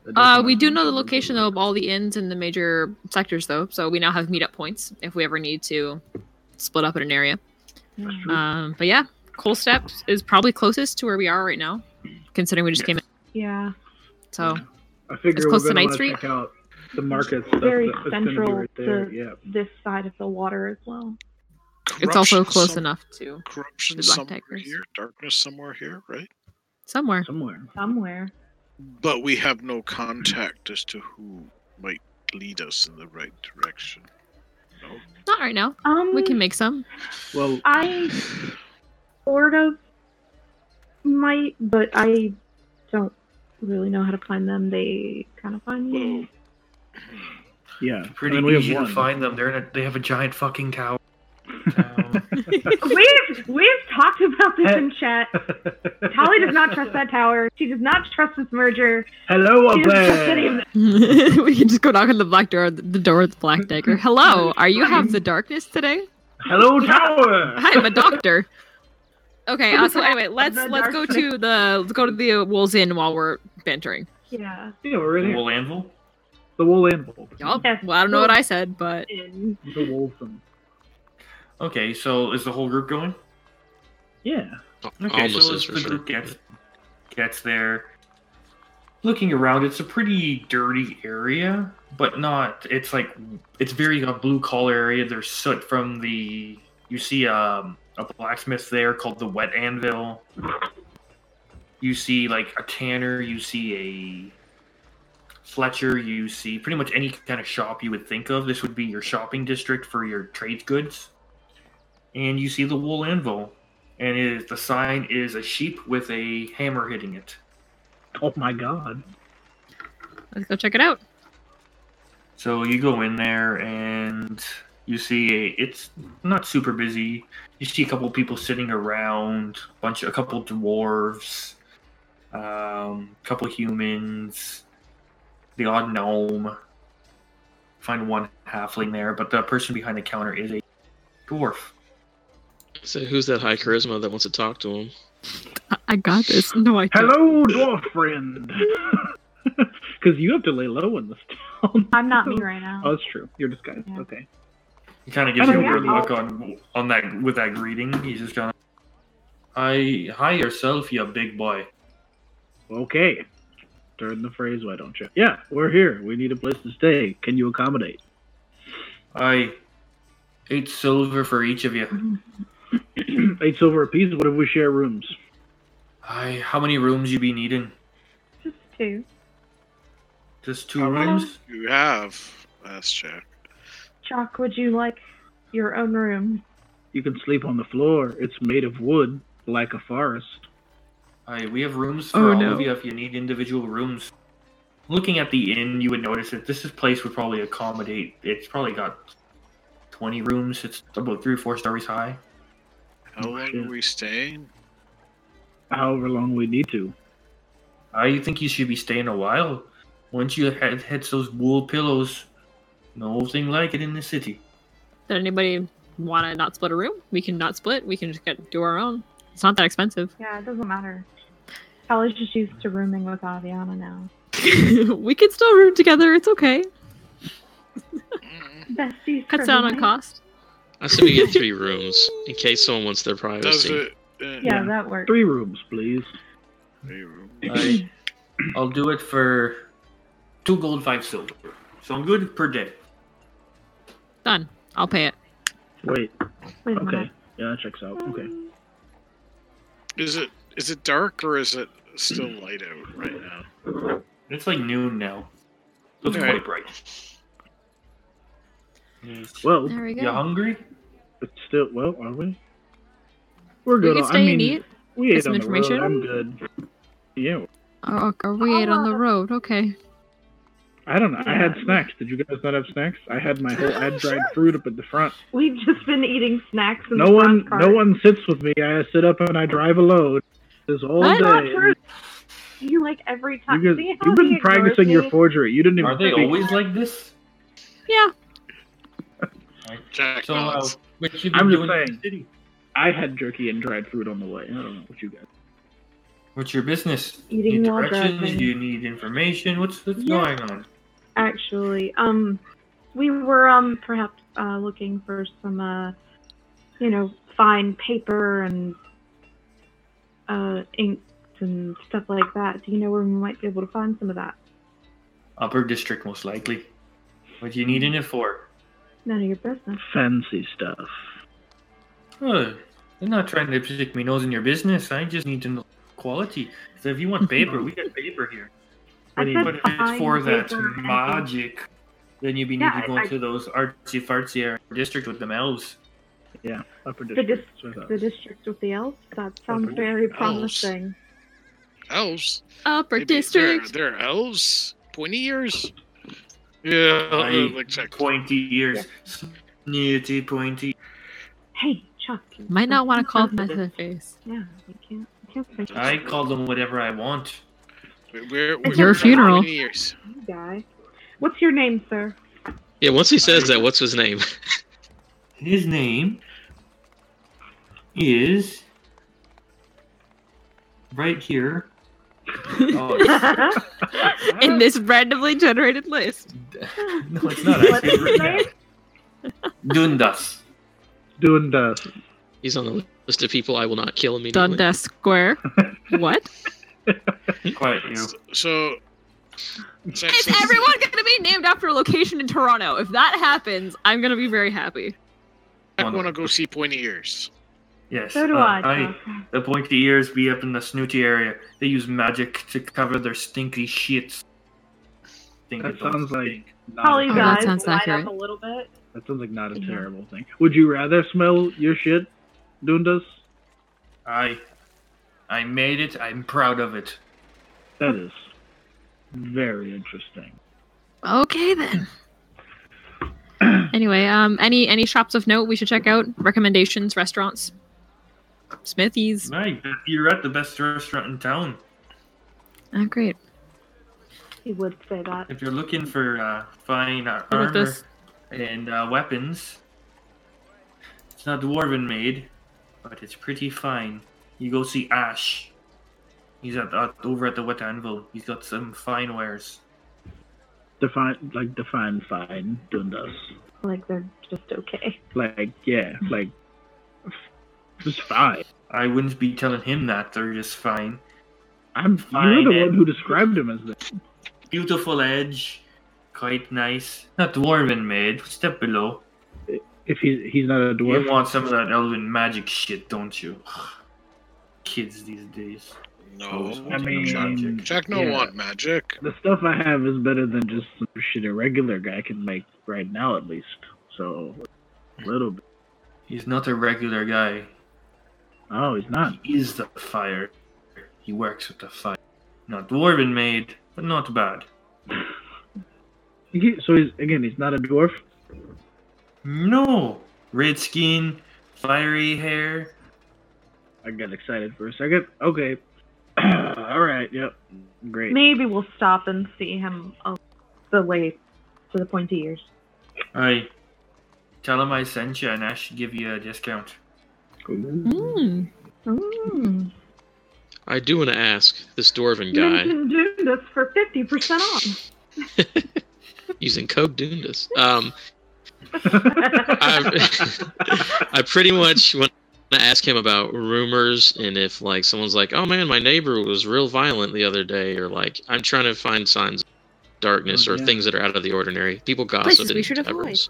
[SPEAKER 5] That
[SPEAKER 7] Uh,
[SPEAKER 5] doesn't
[SPEAKER 7] we do know the
[SPEAKER 5] sound
[SPEAKER 7] location though
[SPEAKER 5] good.
[SPEAKER 7] of all the inns in the major sectors though, so we now have meetup points if we ever need to split up in an area.
[SPEAKER 2] Hmm.
[SPEAKER 7] Um, but yeah, Coal Steps is probably closest to where we are right now, considering we just came in.
[SPEAKER 3] Yeah,
[SPEAKER 7] So
[SPEAKER 5] I figure
[SPEAKER 7] It's close
[SPEAKER 5] we're gonna
[SPEAKER 7] to Night
[SPEAKER 5] wanna
[SPEAKER 7] Street.
[SPEAKER 5] check out the market stuff
[SPEAKER 3] very
[SPEAKER 5] that- that's gonna be
[SPEAKER 3] central
[SPEAKER 5] right there.
[SPEAKER 3] to-
[SPEAKER 5] Yeah.
[SPEAKER 3] this side of the water as well.
[SPEAKER 7] it's also
[SPEAKER 6] Corruption
[SPEAKER 7] close
[SPEAKER 6] some-
[SPEAKER 7] enough to
[SPEAKER 6] Corruption
[SPEAKER 7] the Black
[SPEAKER 6] somewhere
[SPEAKER 7] Tigers.
[SPEAKER 6] here, darkness somewhere here, right?
[SPEAKER 7] somewhere.
[SPEAKER 5] Somewhere.
[SPEAKER 3] Somewhere.
[SPEAKER 6] But we have no contact as to who might lead us in the right direction. No?
[SPEAKER 7] Not right now.
[SPEAKER 3] Um,
[SPEAKER 2] Hmm.
[SPEAKER 7] We can make some.
[SPEAKER 5] Well,
[SPEAKER 3] I sort of might, but I don't really know how to find them. They kind of
[SPEAKER 7] Hmm.
[SPEAKER 3] find me.
[SPEAKER 5] yeah.
[SPEAKER 2] Pretty
[SPEAKER 5] and we have
[SPEAKER 2] easy to
[SPEAKER 5] one.
[SPEAKER 2] find them. They're in a, they have a giant fucking tower.
[SPEAKER 3] we've we've talked about
[SPEAKER 5] Uh,
[SPEAKER 3] this in chat. Tali does not trust that tower. She does not trust this merger.
[SPEAKER 5] Hello,
[SPEAKER 3] She doesn't trust any
[SPEAKER 5] Obey.
[SPEAKER 3] of this.
[SPEAKER 7] we can just go knock on the black door, the door with the black dagger. Hello, are you have the darkness today?
[SPEAKER 5] Hello, Tower.
[SPEAKER 7] Hi, I'm a doctor. Okay, uh, so anyway, let's let's go to the let's go to the Wolves Inn while we're bantering.
[SPEAKER 3] Yeah.
[SPEAKER 5] Yeah, we're in here.
[SPEAKER 2] Wool anvil?
[SPEAKER 5] The wool anvil.
[SPEAKER 7] Yup.
[SPEAKER 3] Yes.
[SPEAKER 7] Well, I don't know what I said, but
[SPEAKER 3] And
[SPEAKER 5] The wolves. And...
[SPEAKER 2] Okay, so is the whole group going?
[SPEAKER 5] Yeah.
[SPEAKER 2] Okay,
[SPEAKER 4] Almost
[SPEAKER 2] so
[SPEAKER 4] is
[SPEAKER 2] as
[SPEAKER 4] for
[SPEAKER 2] the
[SPEAKER 4] sure.
[SPEAKER 2] group gets, gets there, looking around, it's a pretty dirty area, but not. It's like it's very a blue collar area. There's soot from the. You see um, a blacksmith there called the Wet Anvil. You see like a tanner. You see a Fletcher. You see pretty much any kind of shop you would think of. This would be your shopping district for your trades goods. And you see the wool anvil and it is, the sign is a sheep with a hammer hitting it.
[SPEAKER 5] Oh my God.
[SPEAKER 7] let's go check it out.
[SPEAKER 2] So you go in there and you see a, it's not super busy. You see a couple people sitting around, bunch a couple dwarves, um, couple humans, the odd gnome. Find one halfling there, but the person behind the counter is a dwarf.
[SPEAKER 4] So who's that high charisma that wants to talk to him?
[SPEAKER 7] I, I got this. No, I don't.
[SPEAKER 5] Hello, dwarf friend. Because you have to lay low in this town.
[SPEAKER 3] I'm not me right now.
[SPEAKER 5] Oh, that's true. You're disguised.
[SPEAKER 3] Yeah.
[SPEAKER 5] Okay.
[SPEAKER 2] He kind of gives you a
[SPEAKER 3] Yeah.
[SPEAKER 2] weird look on on that with that greeting. He's just kind of, "I hi yourself, you big boy."
[SPEAKER 5] Okay. Turn the phrase, why don't you? Yeah, we're here. We need a place to stay. Can you accommodate?
[SPEAKER 2] I eight silver for each of you.
[SPEAKER 5] Eight silver apiece. What if we share rooms?
[SPEAKER 2] I how many rooms you be needing?
[SPEAKER 3] Just two.
[SPEAKER 2] Just two
[SPEAKER 6] How many?
[SPEAKER 2] rooms?
[SPEAKER 6] You have last check.
[SPEAKER 3] Chalk, would you like your own room?
[SPEAKER 5] You can sleep on the floor. It's made of wood, like a forest.
[SPEAKER 2] I we have rooms for
[SPEAKER 7] Oh,
[SPEAKER 2] all
[SPEAKER 7] no.
[SPEAKER 2] of you if you need individual rooms. Looking at the inn, you would notice that this is place would probably accommodate. It's probably got twenty rooms. It's about three or four stories high.
[SPEAKER 6] How
[SPEAKER 5] Oh,
[SPEAKER 6] long
[SPEAKER 5] shit.
[SPEAKER 6] are we staying?
[SPEAKER 5] However long we need to.
[SPEAKER 2] I think you should be staying a while. Once you had hits those wool pillows, no thing like it in the city.
[SPEAKER 7] Did anybody want to not split a room? We can not split. We can just get do our own. It's not that expensive.
[SPEAKER 3] Yeah, it doesn't matter. Tali's just used to rooming with Aviana now.
[SPEAKER 7] we can still room together. It's okay.
[SPEAKER 6] Mm,
[SPEAKER 3] Besties. for
[SPEAKER 7] Cuts down on
[SPEAKER 3] life.
[SPEAKER 7] cost.
[SPEAKER 4] I said we get three rooms in case someone wants their
[SPEAKER 6] Does
[SPEAKER 4] privacy.
[SPEAKER 6] it? Uh,
[SPEAKER 3] Yeah, that works.
[SPEAKER 5] Three rooms, please.
[SPEAKER 6] three rooms.
[SPEAKER 2] I, I'll do it for two gold, five silver. So I'm good per day.
[SPEAKER 7] Done. I'll pay it.
[SPEAKER 5] Wait.
[SPEAKER 3] Wait a
[SPEAKER 5] Okay.
[SPEAKER 3] minute.
[SPEAKER 5] Yeah, that checks out. Okay.
[SPEAKER 6] Is it? Is it dark or is it still light out right now?
[SPEAKER 2] It's like noon now. So it's
[SPEAKER 6] Alright.
[SPEAKER 2] quite bright. Yes.
[SPEAKER 5] Well,
[SPEAKER 7] There we go.
[SPEAKER 2] You hungry?
[SPEAKER 5] it's still. Well, are we? We're
[SPEAKER 7] we
[SPEAKER 5] good.
[SPEAKER 7] can
[SPEAKER 5] on-
[SPEAKER 7] stay
[SPEAKER 5] I mean,
[SPEAKER 7] and eat.
[SPEAKER 5] we
[SPEAKER 7] Get
[SPEAKER 5] ate
[SPEAKER 7] some
[SPEAKER 5] on the road.
[SPEAKER 7] information.
[SPEAKER 5] I'm good. Yeah.
[SPEAKER 7] Oh, are we ate on the road? Okay.
[SPEAKER 5] I don't know. I had snacks. Did you guys not have snacks? I had my whole. I had dried fruit up at the front.
[SPEAKER 3] We've just been eating snacks. In
[SPEAKER 5] No
[SPEAKER 3] the
[SPEAKER 5] one,
[SPEAKER 3] front
[SPEAKER 5] no
[SPEAKER 3] cart.
[SPEAKER 5] one sits with me. I sit up and I drive alone. This all
[SPEAKER 7] I'm
[SPEAKER 5] day.
[SPEAKER 3] not sure. You like every
[SPEAKER 5] You
[SPEAKER 3] time. See how
[SPEAKER 5] have
[SPEAKER 3] he
[SPEAKER 5] been
[SPEAKER 3] ignores
[SPEAKER 5] practicing your
[SPEAKER 3] me?
[SPEAKER 5] forgery. You didn't even.
[SPEAKER 2] Are they
[SPEAKER 5] speak.
[SPEAKER 2] always like this?
[SPEAKER 7] Yeah.
[SPEAKER 6] Jack
[SPEAKER 2] So, uh,
[SPEAKER 6] nods.
[SPEAKER 2] what you been
[SPEAKER 5] I'm just
[SPEAKER 2] doing in
[SPEAKER 5] saying.
[SPEAKER 2] the city?
[SPEAKER 5] I had jerky and dried fruit on the way. I don't know what you guys.
[SPEAKER 2] What's your business?
[SPEAKER 3] Eating
[SPEAKER 2] need
[SPEAKER 3] while
[SPEAKER 2] directions?
[SPEAKER 3] driving.
[SPEAKER 2] You need information? What's, what's
[SPEAKER 3] Yeah.
[SPEAKER 2] going on?
[SPEAKER 3] actually. Um, we were um perhaps uh, looking for some uh, you know, fine paper and uh inks and stuff like that. Do you know where we might be able to find some of that?
[SPEAKER 2] Upper district, most likely. What you needing it for?
[SPEAKER 3] None of your business.
[SPEAKER 5] Fancy stuff.
[SPEAKER 2] Huh. They're not trying to stick me nose in your business. I just need to know quality. So if you want paper, we got paper here.
[SPEAKER 5] What do
[SPEAKER 3] I said
[SPEAKER 5] you-
[SPEAKER 2] But if it's
[SPEAKER 3] fine
[SPEAKER 2] for that
[SPEAKER 3] paper and inks.
[SPEAKER 2] magic, then you'd be
[SPEAKER 3] Yeah,
[SPEAKER 2] needing to go
[SPEAKER 3] I-
[SPEAKER 2] into those artsy fartsy area district with them elves.
[SPEAKER 5] Upper
[SPEAKER 3] The,
[SPEAKER 5] district.
[SPEAKER 3] dis-
[SPEAKER 5] that's what I thought.
[SPEAKER 3] the district with the elves? That sounds
[SPEAKER 5] Upper
[SPEAKER 3] very
[SPEAKER 6] district.
[SPEAKER 3] promising.
[SPEAKER 6] Elves.
[SPEAKER 7] Upper
[SPEAKER 6] Maybe
[SPEAKER 7] district.
[SPEAKER 6] They're, they're elves. Pointy ears. Yeah. I'll, uh,
[SPEAKER 2] Aye.
[SPEAKER 6] like check.
[SPEAKER 2] Pointy ears, snooty pointy.
[SPEAKER 3] Hey, Chuck.
[SPEAKER 7] Might not want to call them to
[SPEAKER 3] Insensitive.
[SPEAKER 7] the face.
[SPEAKER 3] Yeah, we can't. We can't say
[SPEAKER 2] I call them whatever I want.
[SPEAKER 6] We're, we're,
[SPEAKER 3] It's
[SPEAKER 6] we're
[SPEAKER 3] your
[SPEAKER 6] we're not
[SPEAKER 7] funeral.
[SPEAKER 6] many Years.
[SPEAKER 3] you guy. What's your name, sir?
[SPEAKER 4] Yeah, once he says that, what's his name?
[SPEAKER 2] His name is right here. Oh, it's-
[SPEAKER 7] In this randomly generated list.
[SPEAKER 2] no, it's not
[SPEAKER 3] What's
[SPEAKER 2] actually
[SPEAKER 3] his
[SPEAKER 2] right
[SPEAKER 3] name?
[SPEAKER 2] now. Dundas.
[SPEAKER 5] Doing dust.
[SPEAKER 4] He's on the list of people I will not kill immediately.
[SPEAKER 7] Dundas Square. what?
[SPEAKER 2] Quiet you.
[SPEAKER 6] So, so-
[SPEAKER 7] Is
[SPEAKER 6] so-
[SPEAKER 7] everyone going to be named after a location in Toronto? If that happens, I'm going to be very happy.
[SPEAKER 6] I want to go see pointy ears.
[SPEAKER 2] Yes.
[SPEAKER 3] So do
[SPEAKER 2] uh,
[SPEAKER 3] I.
[SPEAKER 2] I.
[SPEAKER 3] Chuck.
[SPEAKER 2] The pointy ears be up in the snooty area. They use magic to cover their stinky shits. Think
[SPEAKER 5] That
[SPEAKER 2] it don't
[SPEAKER 5] sounds like-
[SPEAKER 2] stink.
[SPEAKER 5] Not
[SPEAKER 3] Probably
[SPEAKER 5] a ter-
[SPEAKER 7] Oh, that
[SPEAKER 3] guys
[SPEAKER 7] sounds
[SPEAKER 3] light
[SPEAKER 7] accurate.
[SPEAKER 3] up a little bit.
[SPEAKER 5] that sounds like not a
[SPEAKER 7] Yeah.
[SPEAKER 5] terrible thing. Would you rather smell your shit, Dundas?
[SPEAKER 2] I. I made it. I'm proud of it.
[SPEAKER 5] That is very interesting.
[SPEAKER 7] Okay then. anyway, um, any any shops of note we should check out? Recommendations, restaurants, Smithies.
[SPEAKER 2] Right. You're at the best restaurant in town.
[SPEAKER 7] Oh, great.
[SPEAKER 3] He would say that.
[SPEAKER 2] If you're looking for uh, fine uh,
[SPEAKER 7] Look at
[SPEAKER 2] armor
[SPEAKER 7] this.
[SPEAKER 2] and uh, weapons, it's not dwarven made, but it's pretty fine. You go see Ash. He's at uh, over at the Wet Anvil. He's got some fine wares.
[SPEAKER 5] Define like define fine Dundas.
[SPEAKER 3] Like they're just okay.
[SPEAKER 5] Like yeah, like just fine.
[SPEAKER 2] I wouldn't be telling him that. They're just fine.
[SPEAKER 5] I'm
[SPEAKER 2] Fine
[SPEAKER 5] you're the one
[SPEAKER 2] and-
[SPEAKER 5] who described him as that.
[SPEAKER 2] Beautiful edge, quite nice. Not dwarven made. Step below.
[SPEAKER 5] If he's he's not a
[SPEAKER 2] You
[SPEAKER 5] dwarf,
[SPEAKER 2] want some of that elven magic shit, don't you? Kids these days.
[SPEAKER 6] No,
[SPEAKER 5] I mean,
[SPEAKER 2] Magic.
[SPEAKER 6] Jack, no
[SPEAKER 5] yeah.
[SPEAKER 6] want magic.
[SPEAKER 5] the stuff I have is better than just some shit a regular guy can make right now, at least. So a little bit.
[SPEAKER 2] He's not a regular guy.
[SPEAKER 5] Oh, he's not.
[SPEAKER 2] He is the fire. He works with the fire. Not dwarven made, but not bad.
[SPEAKER 5] He- So he's again, he's not a dwarf.
[SPEAKER 2] No! Red skin, fiery hair.
[SPEAKER 5] I got excited for a second. Okay. All right. Yep. Great.
[SPEAKER 3] Maybe we'll stop and see him on the way to the pointy ears.
[SPEAKER 2] I tell him I sent you and I should give you a discount.
[SPEAKER 7] Mm.
[SPEAKER 3] Mm.
[SPEAKER 4] I do want to ask this dwarven
[SPEAKER 3] You
[SPEAKER 4] guy
[SPEAKER 3] can do this for fifty percent off.
[SPEAKER 4] using Code Dundas. Um, I, I pretty much want to ask him about rumors and if like someone's like, "Oh man, my neighbor was real violent the other day," or like, "I'm trying to find signs of darkness
[SPEAKER 5] Oh,
[SPEAKER 4] or
[SPEAKER 5] yeah.
[SPEAKER 4] things that are out of the ordinary." People gossip
[SPEAKER 7] Places
[SPEAKER 4] in
[SPEAKER 7] we should avoid.
[SPEAKER 4] taverns.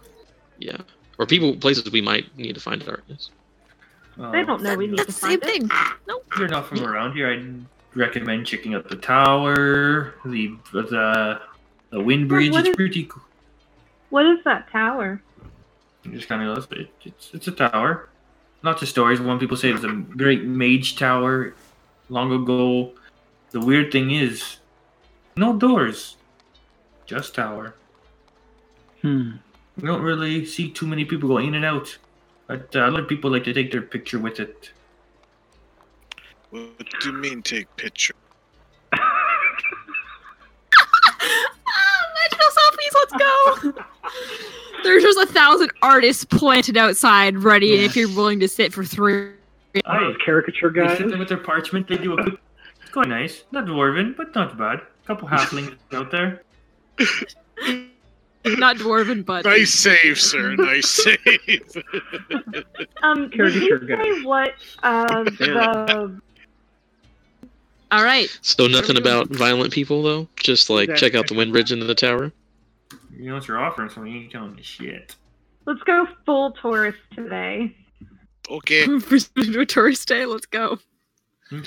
[SPEAKER 4] Yeah, or people places we might need to find darkness.
[SPEAKER 3] They don't
[SPEAKER 2] Oh,
[SPEAKER 3] know we need
[SPEAKER 7] That's
[SPEAKER 3] to
[SPEAKER 7] the same
[SPEAKER 3] find it.
[SPEAKER 7] thing. Nope.
[SPEAKER 2] If you're not from around here, I'd recommend checking out the tower, the the, the wind bridge.
[SPEAKER 3] what
[SPEAKER 2] It's
[SPEAKER 3] is-
[SPEAKER 2] pretty cool.
[SPEAKER 3] What is that tower?
[SPEAKER 2] You just kind of goes, it, it's, it's a tower. Not just stories. One people say it's a great mage tower long ago. The weird thing is, no doors, just tower.
[SPEAKER 5] Hmm.
[SPEAKER 2] We don't really see too many people go in and out. But uh, a lot of people like to take their picture with it.
[SPEAKER 6] What do you mean take picture?
[SPEAKER 7] Ah, magical selfies, let's go. There's just a thousand artists planted outside, ready if you're willing to sit for three.
[SPEAKER 5] Oh,
[SPEAKER 2] Aye.
[SPEAKER 5] those caricature
[SPEAKER 2] They
[SPEAKER 5] guys.
[SPEAKER 2] sit there with their parchment. They do a quick. It's quite nice. Not dwarven, but not bad. couple halflings out there.
[SPEAKER 7] Not dwarven, but
[SPEAKER 6] Nice save, sir. Nice save.
[SPEAKER 3] Um, did he
[SPEAKER 5] Caricature guy.
[SPEAKER 3] say what uh, the
[SPEAKER 7] all right.
[SPEAKER 4] So nothing about violent people though. Just like check out the wind bridge into the tower.
[SPEAKER 2] You know what you're offering, so you ain't telling me shit.
[SPEAKER 3] Let's go full tourist today.
[SPEAKER 6] Okay.
[SPEAKER 7] for a tourist day, let's go.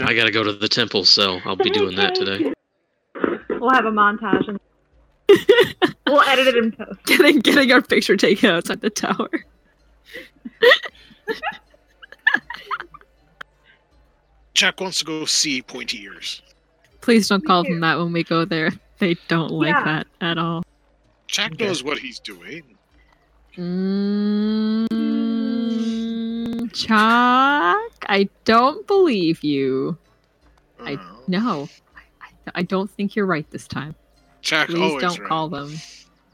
[SPEAKER 4] I gotta go to the temple, so I'll be doing that today.
[SPEAKER 3] We'll have a montage and we'll edit it in post.
[SPEAKER 7] Getting getting our picture taken outside the tower.
[SPEAKER 6] Jack wants to go see pointy ears.
[SPEAKER 7] Please don't call them that when we go there. They don't like
[SPEAKER 3] Yeah.
[SPEAKER 7] that at all.
[SPEAKER 6] Jack
[SPEAKER 2] Okay.
[SPEAKER 6] knows what he's doing.
[SPEAKER 7] Mm. Chuck, I don't believe you. I-
[SPEAKER 6] Uh,
[SPEAKER 7] No, I, I- I don't think you're right this time.
[SPEAKER 6] Jack
[SPEAKER 7] Please
[SPEAKER 6] always
[SPEAKER 7] don't
[SPEAKER 6] right.
[SPEAKER 7] call them.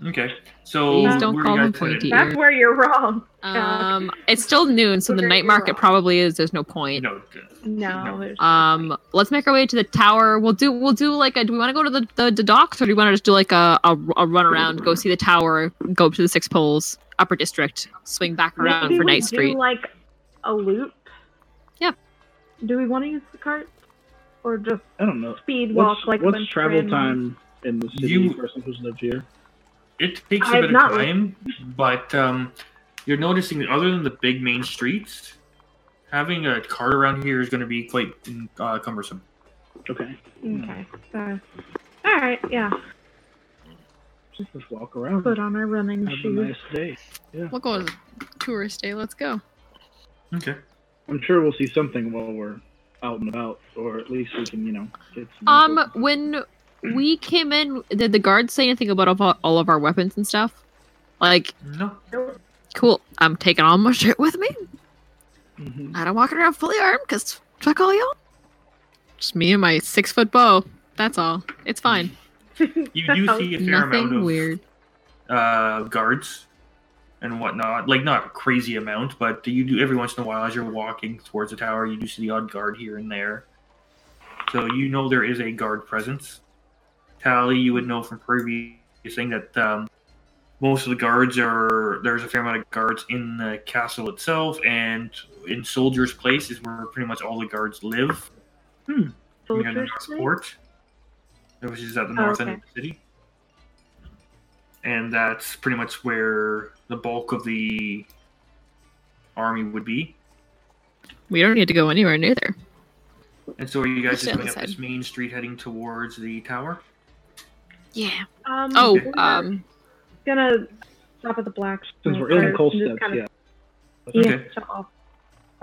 [SPEAKER 2] Okay, so
[SPEAKER 7] Please don't
[SPEAKER 2] where
[SPEAKER 7] call
[SPEAKER 2] you
[SPEAKER 7] him
[SPEAKER 2] guys headed?
[SPEAKER 7] pointy.
[SPEAKER 3] That's where you're wrong.
[SPEAKER 7] Um, it's still noon, so the
[SPEAKER 3] We're
[SPEAKER 7] night
[SPEAKER 3] gonna
[SPEAKER 7] market
[SPEAKER 3] go.
[SPEAKER 7] probably is. There's no point.
[SPEAKER 2] No, d-
[SPEAKER 3] No, there's
[SPEAKER 7] Um, let's make our way to the tower. We'll do. We'll do like a. Do we want to go to the, the the docks, or do we want to just do like a, a a run around, go see the tower, go up to the six poles, upper district, swing back around
[SPEAKER 3] Maybe
[SPEAKER 7] for
[SPEAKER 3] we
[SPEAKER 7] Night
[SPEAKER 3] do,
[SPEAKER 7] Street?
[SPEAKER 3] like a loop.
[SPEAKER 7] Yeah.
[SPEAKER 3] Do we want to use the cart or just
[SPEAKER 5] I don't know.
[SPEAKER 3] speed walk
[SPEAKER 5] What's,
[SPEAKER 3] like
[SPEAKER 5] what's
[SPEAKER 3] when
[SPEAKER 5] travel
[SPEAKER 3] Fran-
[SPEAKER 5] time in the city
[SPEAKER 2] You-
[SPEAKER 5] for someone who's lived here?
[SPEAKER 2] it takes a
[SPEAKER 3] I've
[SPEAKER 2] bit of
[SPEAKER 3] not-
[SPEAKER 2] time, but um, you're noticing that other than the big main streets, having a cart around here is going to be quite uh, cumbersome.
[SPEAKER 5] Okay,
[SPEAKER 3] Okay. So, all right. Yeah.
[SPEAKER 5] just let's walk around.
[SPEAKER 3] Put on our running
[SPEAKER 5] Have a
[SPEAKER 3] shoes.
[SPEAKER 5] nice day.
[SPEAKER 7] We'll go on a tourist day. Let's go.
[SPEAKER 2] Okay.
[SPEAKER 5] I'm sure we'll see something while we're out and about, or at least we can, you know, get some.
[SPEAKER 7] Um, when we came in, did the guards say anything about all, all of our weapons and stuff? Like,
[SPEAKER 2] No.
[SPEAKER 7] cool. I'm taking all my shit with me.
[SPEAKER 5] Mhm.
[SPEAKER 7] I don't walk around fully armed because fuck all y'all. Just me and my six foot bow. That's all. It's fine.
[SPEAKER 2] You do see a fair amount
[SPEAKER 7] Nothing
[SPEAKER 2] of
[SPEAKER 7] weird.
[SPEAKER 2] uh, guards and whatnot. Like not a crazy amount, but you do every once in a while as you're walking towards the tower, you do see the odd guard here and there. So you know there is a guard presence. Tally, you would know from previous thing that um, most of the guards are there's a fair amount of guards in the castle itself, and in Soldier's Place is where pretty much all the guards live. near the
[SPEAKER 3] Soldiers.
[SPEAKER 2] North
[SPEAKER 3] Street?
[SPEAKER 2] Port, which is at the north end
[SPEAKER 3] okay.
[SPEAKER 2] of the city. And that's pretty much where the bulk of the army would be.
[SPEAKER 7] We don't need to go anywhere near there.
[SPEAKER 2] And so are you guys
[SPEAKER 7] Just
[SPEAKER 2] just
[SPEAKER 7] on
[SPEAKER 2] going
[SPEAKER 7] the
[SPEAKER 2] up
[SPEAKER 7] side.
[SPEAKER 2] this main street heading towards the tower?
[SPEAKER 7] Yeah.
[SPEAKER 3] Um,
[SPEAKER 7] Oh,
[SPEAKER 3] we're
[SPEAKER 7] um,
[SPEAKER 3] gonna stop at the black.
[SPEAKER 5] Since we're in the cold steps, yeah.
[SPEAKER 3] yeah.
[SPEAKER 2] Okay.
[SPEAKER 3] shut off.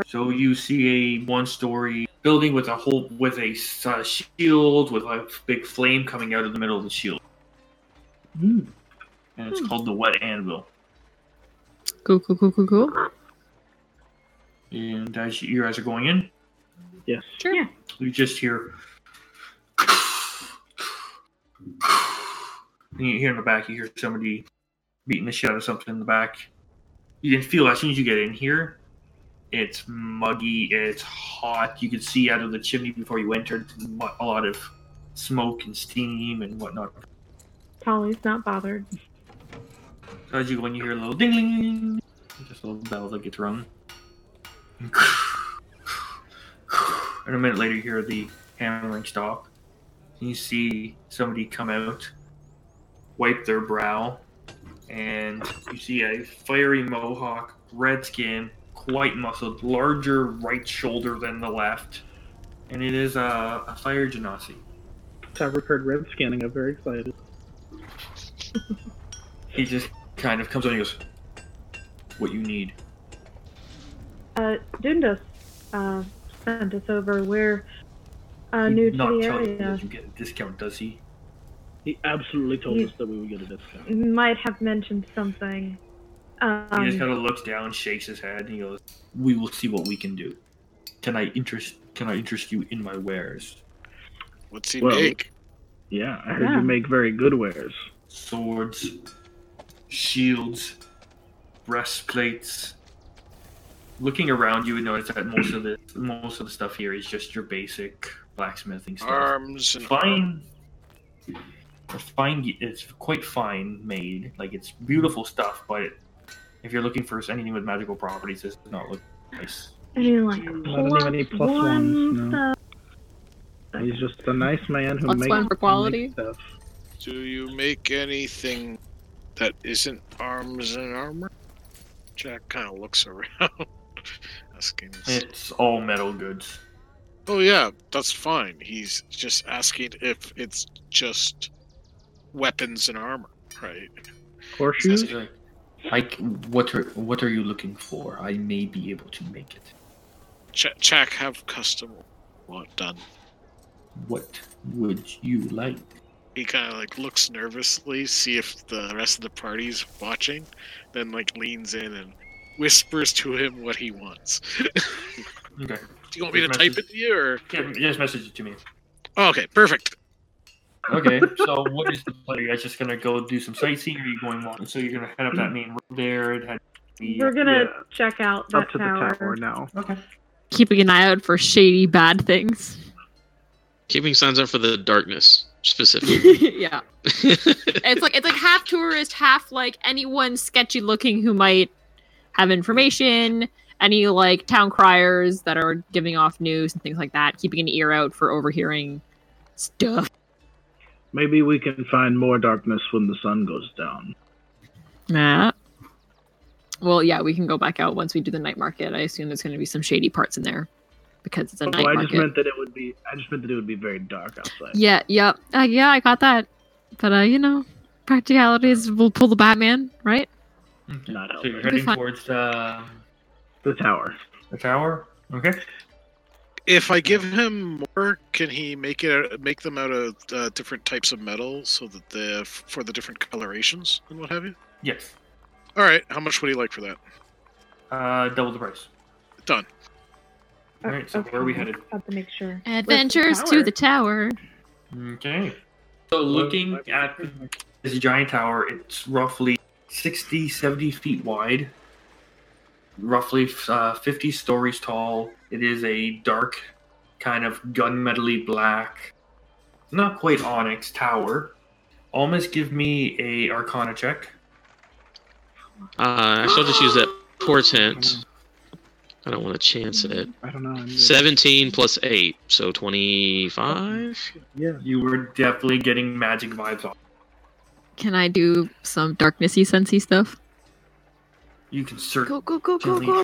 [SPEAKER 2] So you see a one-story building with a whole with a s- uh, shield with a big flame coming out of the middle of the shield,
[SPEAKER 5] Hmm.
[SPEAKER 2] and it's
[SPEAKER 7] Hmm.
[SPEAKER 2] called the Wet Anvil.
[SPEAKER 7] cool, cool, cool, cool, cool.
[SPEAKER 2] And as you guys are going in,
[SPEAKER 5] Yes.
[SPEAKER 7] Sure.
[SPEAKER 3] Yeah.
[SPEAKER 2] You just hear. And you hear in the back, you hear somebody beating the shit out of something in the back. You can feel as soon as you get in here, it's muggy, it's hot. You can see out of the chimney before you entered mu- a lot of smoke and steam and whatnot.
[SPEAKER 3] Polly's not bothered.
[SPEAKER 2] So as you go in, you hear a little ding ding, just a little bell that gets rung. And a minute later, you hear the hammering stop. And you see somebody come out, wipe their brow, and you see a fiery mohawk, red skin, quite muscled, larger right shoulder than the left. And it is a, a fire genasi.
[SPEAKER 5] I've heard red scanning. I'm very excited.
[SPEAKER 2] He just kind of comes on and goes, What you need?
[SPEAKER 3] Uh, Dundas uh, sent us over. We're uh, new to
[SPEAKER 2] not
[SPEAKER 3] the
[SPEAKER 2] tell you
[SPEAKER 3] area.
[SPEAKER 2] that you get a discount, does he?
[SPEAKER 5] He absolutely told
[SPEAKER 3] You-
[SPEAKER 5] us that we would get a discount.
[SPEAKER 3] Might have mentioned something.
[SPEAKER 2] He just
[SPEAKER 3] Um,
[SPEAKER 2] kind of looks down, shakes his head, and he goes, "We will see what we can do. Can I interest? Can I interest you in my wares?
[SPEAKER 6] What's he
[SPEAKER 5] Well-
[SPEAKER 6] make?
[SPEAKER 5] Yeah, I heard
[SPEAKER 3] Yeah.
[SPEAKER 5] you make very good wares.
[SPEAKER 2] Swords, shields, breastplates." Looking around, you would notice that most of the most of the stuff here is just your basic blacksmithing stuff.
[SPEAKER 6] Arms and
[SPEAKER 2] fine. It's fine. It's quite fine made. Like it's beautiful stuff, but if you're looking for anything with magical properties, this does not look nice.
[SPEAKER 3] and you're like,
[SPEAKER 5] I don't have any
[SPEAKER 3] plus
[SPEAKER 5] plus
[SPEAKER 3] one
[SPEAKER 5] ones, no. He's just a nice man who
[SPEAKER 7] Plus
[SPEAKER 5] makes
[SPEAKER 7] one for quality.
[SPEAKER 5] makes stuff.
[SPEAKER 6] Do you make anything that isn't arms and armor? Jack kind of looks around, asking. This.
[SPEAKER 2] It's all metal goods.
[SPEAKER 6] Oh yeah, that's fine. He's just asking if it's just weapons and armor, right?
[SPEAKER 5] Horseshoes?
[SPEAKER 6] That's right.
[SPEAKER 2] I c- what are what are you looking for? I may be able to make it.
[SPEAKER 6] Ch- Jack have custom work done.
[SPEAKER 2] What would you like?
[SPEAKER 6] He kind of like looks nervously, see if the rest of the party's watching, then like leans in and whispers to him what he wants.
[SPEAKER 2] Okay.
[SPEAKER 6] Do you want me to type it to you, or
[SPEAKER 2] Yeah, just message it to me.
[SPEAKER 6] oh, okay, perfect.
[SPEAKER 2] Okay, so what is the plan? Are you guys just gonna go do some sightseeing, or are you going walking? So you're gonna head up that main road there and head.
[SPEAKER 3] We're gonna
[SPEAKER 5] Yeah.
[SPEAKER 3] check out that
[SPEAKER 5] Up to the tower now.
[SPEAKER 2] Okay.
[SPEAKER 7] Keeping an eye out for shady bad things.
[SPEAKER 4] Keeping signs up for the darkness, specifically.
[SPEAKER 7] yeah. It's like it's like half tourist, half like anyone sketchy looking who might have information, any like town criers that are giving off news and things like that, keeping an ear out for overhearing stuff.
[SPEAKER 5] Maybe we can find more darkness when the sun goes down.
[SPEAKER 7] Matt. Well, yeah, we can go back out once we do the night market. I assume there's going to be some shady parts in there because it's a night
[SPEAKER 5] Oh, I
[SPEAKER 7] market.
[SPEAKER 5] just meant that it would be. I just meant that it would be very dark outside.
[SPEAKER 7] Yeah, yep. Uh, yeah, I got that. But, uh, you know, practicalities will pull the Batman, right?
[SPEAKER 5] Not out.
[SPEAKER 2] So you're
[SPEAKER 7] It'll be
[SPEAKER 2] heading
[SPEAKER 7] fine.
[SPEAKER 2] towards uh,
[SPEAKER 5] The tower.
[SPEAKER 2] the tower. Okay.
[SPEAKER 6] If I give him more, can he make it make them out of uh, different types of metal so that the for the different colorations and what have you?
[SPEAKER 2] Yes.
[SPEAKER 6] All right, how much would he like for that?
[SPEAKER 2] Uh, double the price.
[SPEAKER 6] Done.
[SPEAKER 2] All right. So where are we headed?
[SPEAKER 3] Have to make sure.
[SPEAKER 7] Adventures to the tower.
[SPEAKER 2] Okay. So looking at this giant tower, it's roughly 60, 70 feet wide, roughly uh, 50 stories tall. It is a dark, kind of gunmetally black, not quite onyx tower. Almost give me a Arcana check.
[SPEAKER 4] Uh, actually, I'll just use that portent. I don't want to chance it.
[SPEAKER 5] I don't know. I'm just-
[SPEAKER 4] 17 plus 8, so 25?
[SPEAKER 5] Yeah.
[SPEAKER 2] You were definitely getting magic vibes off.
[SPEAKER 7] Can I do some darknessy, sensey stuff?
[SPEAKER 2] You can certainly
[SPEAKER 7] Go, go, go, go, go.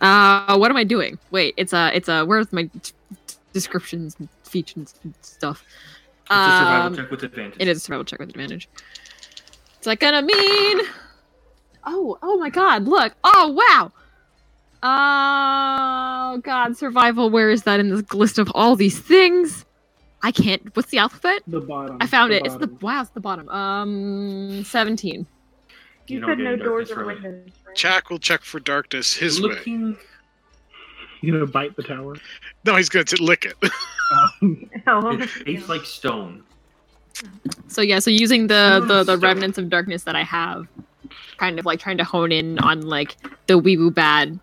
[SPEAKER 7] Uh, what am I doing? Wait, it's a, it's a. Where's my t- t- descriptions, and features, and stuff?
[SPEAKER 2] It's a survival
[SPEAKER 7] Um,
[SPEAKER 2] check with advantage.
[SPEAKER 7] It is a survival check with advantage. It's like gonna mean. Oh, oh my God! Look. Oh wow. Oh God, survival. Where is that in this list of all these things? I can't. What's the alphabet?
[SPEAKER 5] The bottom.
[SPEAKER 7] I found
[SPEAKER 5] the
[SPEAKER 7] it. It's the
[SPEAKER 5] bottom.
[SPEAKER 7] wow. It's the bottom. Um, seventeen.
[SPEAKER 2] You
[SPEAKER 3] You,
[SPEAKER 2] don't
[SPEAKER 3] said
[SPEAKER 2] get
[SPEAKER 3] no
[SPEAKER 2] any
[SPEAKER 3] doors
[SPEAKER 2] darkness
[SPEAKER 3] or
[SPEAKER 2] really.
[SPEAKER 3] windows. Right?
[SPEAKER 6] Jack will check for darkness his way.
[SPEAKER 2] Looking
[SPEAKER 5] You gonna bite the tower? Um,
[SPEAKER 6] No, he's going to lick it.
[SPEAKER 3] No.
[SPEAKER 2] It tastes like stone.
[SPEAKER 7] So yeah. So using
[SPEAKER 2] Oh,
[SPEAKER 7] the the, the
[SPEAKER 2] stone.
[SPEAKER 7] remnants of darkness that I have, kind of like trying to hone in on like the wee woo bad,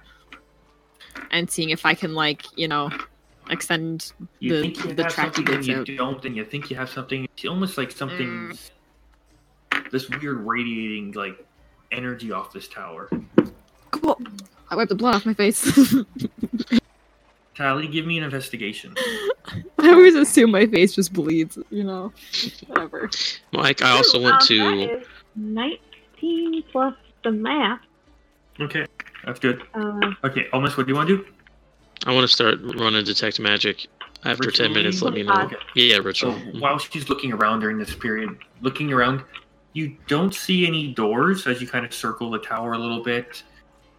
[SPEAKER 7] and seeing if I can like you know extend
[SPEAKER 2] You
[SPEAKER 7] The-
[SPEAKER 2] think you
[SPEAKER 7] the
[SPEAKER 2] have
[SPEAKER 7] track
[SPEAKER 2] something and
[SPEAKER 7] gets
[SPEAKER 2] you
[SPEAKER 7] out.
[SPEAKER 2] don't, and you think you have something. It's almost like something's
[SPEAKER 7] Mm.
[SPEAKER 2] this weird radiating like energy off this tower.
[SPEAKER 7] Cool. I wiped the blood off my face.
[SPEAKER 2] Tally, give me an investigation.
[SPEAKER 7] I always assume my face just bleeds, you know. Whatever.
[SPEAKER 4] Mike, I also want
[SPEAKER 3] Um,
[SPEAKER 4] to.
[SPEAKER 3] that is Nineteen plus the math.
[SPEAKER 2] Okay, that's good.
[SPEAKER 3] Uh,
[SPEAKER 2] Okay, almost. What do you want to do?
[SPEAKER 4] I want to start running detect magic. After 10 minutes, let me know.
[SPEAKER 2] Okay.
[SPEAKER 4] Yeah,
[SPEAKER 2] So
[SPEAKER 4] ritual.
[SPEAKER 2] while she's looking around during this period, looking around, you don't see any doors as you kind of circle the tower a little bit.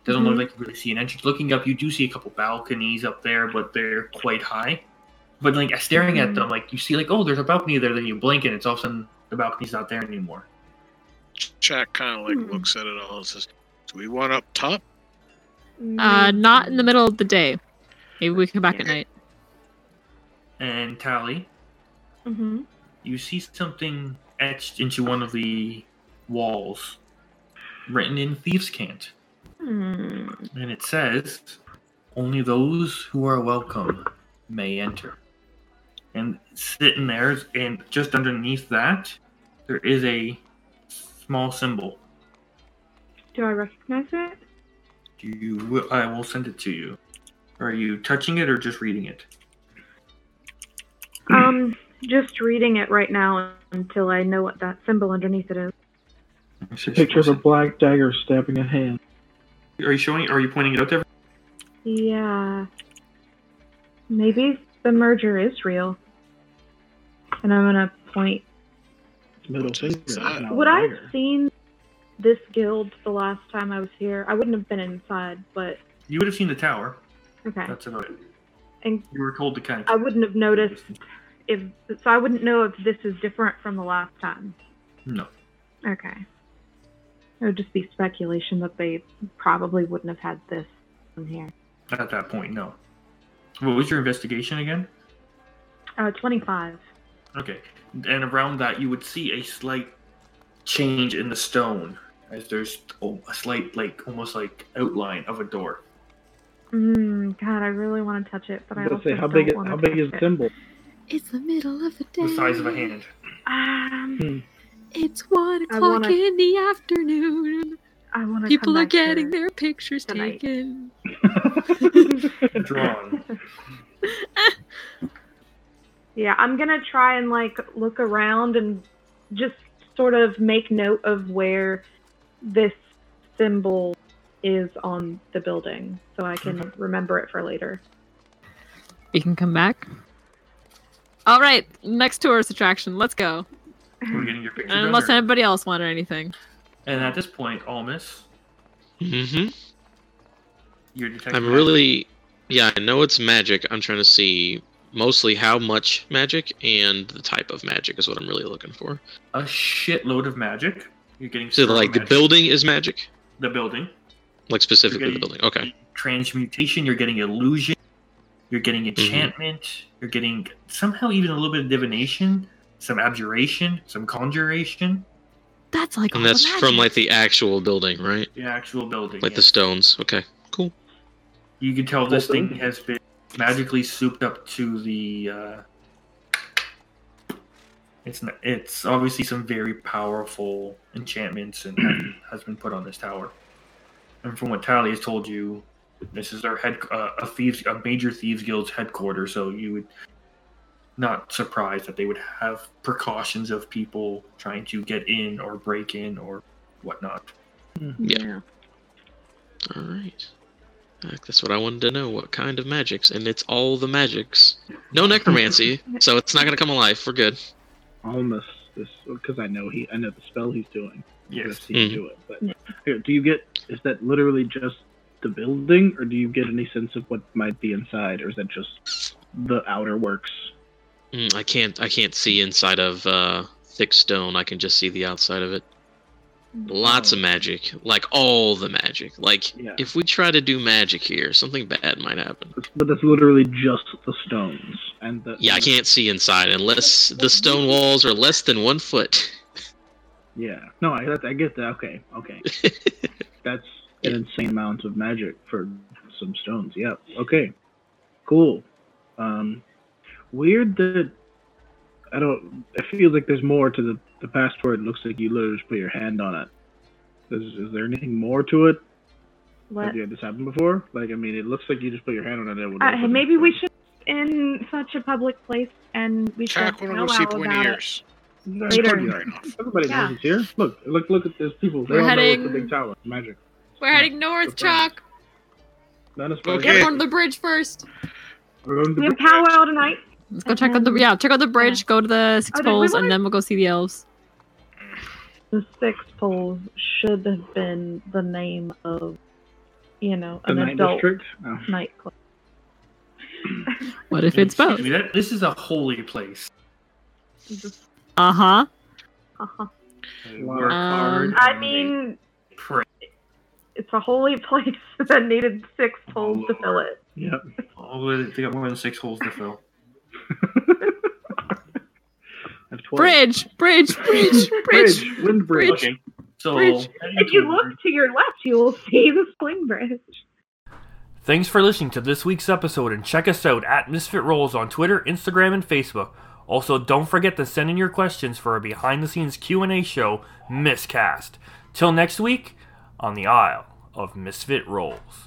[SPEAKER 2] Doesn't look like you really see an entrance. Looking up, you do see a couple balconies up there, but they're quite high. But like staring at them, like you see, like oh, there's a balcony there. Then you blink, and it's all of a sudden the balcony's not there anymore.
[SPEAKER 6] Jack kind of like
[SPEAKER 3] Hmm.
[SPEAKER 6] looks at it all and says, "Do we want up top?"
[SPEAKER 7] Uh, not in the middle of the day. Maybe we come back at night.
[SPEAKER 2] And Tally,
[SPEAKER 3] Mm-hmm.
[SPEAKER 2] you see something etched into one of the walls, written in thieves' cant.
[SPEAKER 3] Hmm.
[SPEAKER 2] And it says, only those who are welcome may enter. And sitting there, and just underneath that, there is a small symbol.
[SPEAKER 3] Do I recognize it?
[SPEAKER 2] Do you? wi- I will send it to you. Are you touching it or just reading it?
[SPEAKER 3] Um, just reading it right now until I know what that symbol underneath it is.
[SPEAKER 5] It's a picture of a black dagger stabbing a hand.
[SPEAKER 2] Are you showing? Are you pointing it out to everyone?
[SPEAKER 3] Yeah. Maybe the merger is real. And I'm gonna point.
[SPEAKER 5] Middle
[SPEAKER 6] What is
[SPEAKER 5] finger. is
[SPEAKER 6] that?
[SPEAKER 5] now a
[SPEAKER 3] Would I have
[SPEAKER 5] dagger.
[SPEAKER 3] seen this guild the last time I was here? I wouldn't have been inside, but
[SPEAKER 2] You would have seen the tower.
[SPEAKER 3] okay.
[SPEAKER 5] Uh.
[SPEAKER 2] That's about it.
[SPEAKER 3] And
[SPEAKER 2] You were told to kind of.
[SPEAKER 3] I wouldn't have noticed if so. I wouldn't know if this is different from the last time.
[SPEAKER 2] No.
[SPEAKER 3] Okay. It would just be speculation that they probably wouldn't have had this in here.
[SPEAKER 2] Not at that point, no. What was your investigation again?
[SPEAKER 3] Uh, 25.
[SPEAKER 2] Okay. And around that, you would see a slight change in the stone as there's oh, a slight, like, almost like outline of a door.
[SPEAKER 3] Mm, God, I really want to touch it, but I
[SPEAKER 5] Let's
[SPEAKER 3] also
[SPEAKER 5] say, how
[SPEAKER 3] don't
[SPEAKER 5] big, is-
[SPEAKER 3] want
[SPEAKER 5] how
[SPEAKER 3] to
[SPEAKER 5] big is the
[SPEAKER 3] touch
[SPEAKER 5] symbol?
[SPEAKER 7] It's the middle of the day.
[SPEAKER 2] The size of a hand.
[SPEAKER 3] Um,
[SPEAKER 5] Hmm.
[SPEAKER 7] It's one
[SPEAKER 3] I
[SPEAKER 7] o'clock
[SPEAKER 3] wanna-
[SPEAKER 7] in the afternoon.
[SPEAKER 3] I want to.
[SPEAKER 7] People are getting their pictures
[SPEAKER 3] tonight.
[SPEAKER 7] taken.
[SPEAKER 2] Drawn.
[SPEAKER 3] Yeah, I'm gonna try and like look around and just sort of make note of where this symbol is on the building, so I can remember it for later.
[SPEAKER 7] We can come back. All right, next tourist attraction. Let's go.
[SPEAKER 2] We're getting your picture done
[SPEAKER 7] Unless
[SPEAKER 2] there.
[SPEAKER 7] anybody else wanted anything.
[SPEAKER 2] And at this point, Almus,
[SPEAKER 4] Mm-hmm.
[SPEAKER 2] you're detecting.
[SPEAKER 4] I'm really, yeah, I know it's magic. I'm trying to see mostly how much magic and the type of magic is what I'm really looking for.
[SPEAKER 2] a shitload of magic. You're getting
[SPEAKER 4] So,
[SPEAKER 2] strong
[SPEAKER 4] like, the
[SPEAKER 2] magic.
[SPEAKER 4] building is magic,
[SPEAKER 2] the building,
[SPEAKER 4] like specifically the
[SPEAKER 2] getting-
[SPEAKER 4] building. Okay.
[SPEAKER 2] transmutation. You're getting illusion. You're getting
[SPEAKER 4] Mm-hmm.
[SPEAKER 2] enchantment. You're getting somehow even a little bit of divination, some abjuration, some conjuration.
[SPEAKER 7] That's like
[SPEAKER 4] And
[SPEAKER 7] all
[SPEAKER 4] that's
[SPEAKER 7] the
[SPEAKER 4] from like
[SPEAKER 7] magic.
[SPEAKER 4] the actual building, right?
[SPEAKER 2] The actual building.
[SPEAKER 4] Like
[SPEAKER 2] yeah.
[SPEAKER 4] the stones. Okay. Cool.
[SPEAKER 2] you can tell this
[SPEAKER 5] Awesome.
[SPEAKER 2] thing has been magically souped up to the. Uh, it's n it's obviously some very powerful enchantments and have- has been put on this tower. And from what Tally has told you, this is their head uh, a thieves a major thieves guild's headquarters. So you would not surprised that they would have precautions of people trying to get in or break in or whatnot.
[SPEAKER 4] Yeah. All right. Heck, That's what I wanted to know. What kind of magics? And it's all the magics. No necromancy, so it's not gonna come alive. We're good.
[SPEAKER 5] Almost this because I know he I know the spell he's doing.
[SPEAKER 2] Yes.
[SPEAKER 5] I've
[SPEAKER 4] Mm-hmm.
[SPEAKER 5] seen him do it. But here, do you get is that literally just the building, or do you get any sense of what might be inside, or is that just the outer works?
[SPEAKER 4] Mm, I can't. I can't see inside of uh, thick stone. I can just see the outside of it. Lots of magic, like all the magic. Like
[SPEAKER 5] Oh, Um, Yeah,
[SPEAKER 4] if we try to do magic here, something bad might happen.
[SPEAKER 5] but that's literally just the stones and the
[SPEAKER 4] Yeah, I can't see inside unless the stone walls are less than one foot.
[SPEAKER 5] Yeah, no, I that- I get that. Okay, okay, that's an insane amount of magic for some stones. Yeah. Okay. Cool. Um, weird that I don't. I feel like there's more to the the password. It looks like you literally just put your hand on it. Is, is there anything more to it?
[SPEAKER 3] Let,
[SPEAKER 5] Have you had this happen before? Like, I mean, it looks like you just put your hand on it. And it would
[SPEAKER 3] uh,
[SPEAKER 5] open.
[SPEAKER 3] maybe we should in such a public place, and we should
[SPEAKER 6] Check when
[SPEAKER 3] know
[SPEAKER 6] we see
[SPEAKER 3] out about it.
[SPEAKER 6] pointy
[SPEAKER 5] That's
[SPEAKER 3] later.
[SPEAKER 5] pretty
[SPEAKER 6] Fair
[SPEAKER 5] nice.
[SPEAKER 6] enough.
[SPEAKER 5] Everybody
[SPEAKER 3] Yeah.
[SPEAKER 5] knows it's here. Look, look, look at those people. They
[SPEAKER 7] We're
[SPEAKER 5] all know
[SPEAKER 7] heading-
[SPEAKER 5] it's the big tower. Magic.
[SPEAKER 7] We're heading north, Chuck.
[SPEAKER 5] Not as
[SPEAKER 7] We gotta
[SPEAKER 6] Okay.
[SPEAKER 7] go to the bridge first.
[SPEAKER 5] We're going to
[SPEAKER 3] We have powwow tonight.
[SPEAKER 7] Let's go check out the yeah, check out the bridge. Go to the six
[SPEAKER 3] Oh, did we
[SPEAKER 7] poles,
[SPEAKER 3] wanna-
[SPEAKER 7] and then we'll go see the elves.
[SPEAKER 3] The six poles should have been the name of, you know,
[SPEAKER 5] the
[SPEAKER 3] an
[SPEAKER 5] night
[SPEAKER 3] adult
[SPEAKER 5] district. Oh.
[SPEAKER 3] nightclub.
[SPEAKER 7] What if it's both?
[SPEAKER 2] Excuse me, that- this is a holy place.
[SPEAKER 7] Uh huh.
[SPEAKER 3] Uh-huh.
[SPEAKER 2] They
[SPEAKER 5] Wow.
[SPEAKER 2] work
[SPEAKER 7] Um,
[SPEAKER 2] hard and
[SPEAKER 3] I
[SPEAKER 2] they
[SPEAKER 3] mean,
[SPEAKER 2] pray.
[SPEAKER 3] it's a holy place that needed six poles to fill it.
[SPEAKER 5] Yep.
[SPEAKER 2] Oh, they got more than six holes to fill.
[SPEAKER 5] I've twelve.
[SPEAKER 7] Bridge, bridge, bridge,
[SPEAKER 5] Bridge.
[SPEAKER 7] bridge.
[SPEAKER 5] Wind bridge.
[SPEAKER 7] Bridge.
[SPEAKER 2] Okay, so
[SPEAKER 7] Bridge.
[SPEAKER 2] heading
[SPEAKER 3] If you
[SPEAKER 2] toward-
[SPEAKER 3] look to your left, you will see the swing bridge.
[SPEAKER 9] Thanks for listening to this week's episode and check us out at Misfit Rolls on Twitter, Instagram, and Facebook. Also, don't forget to send in your questions for our behind-the-scenes Q&A show, Miscast. Till next week, on the Isle of Misfit Rolls.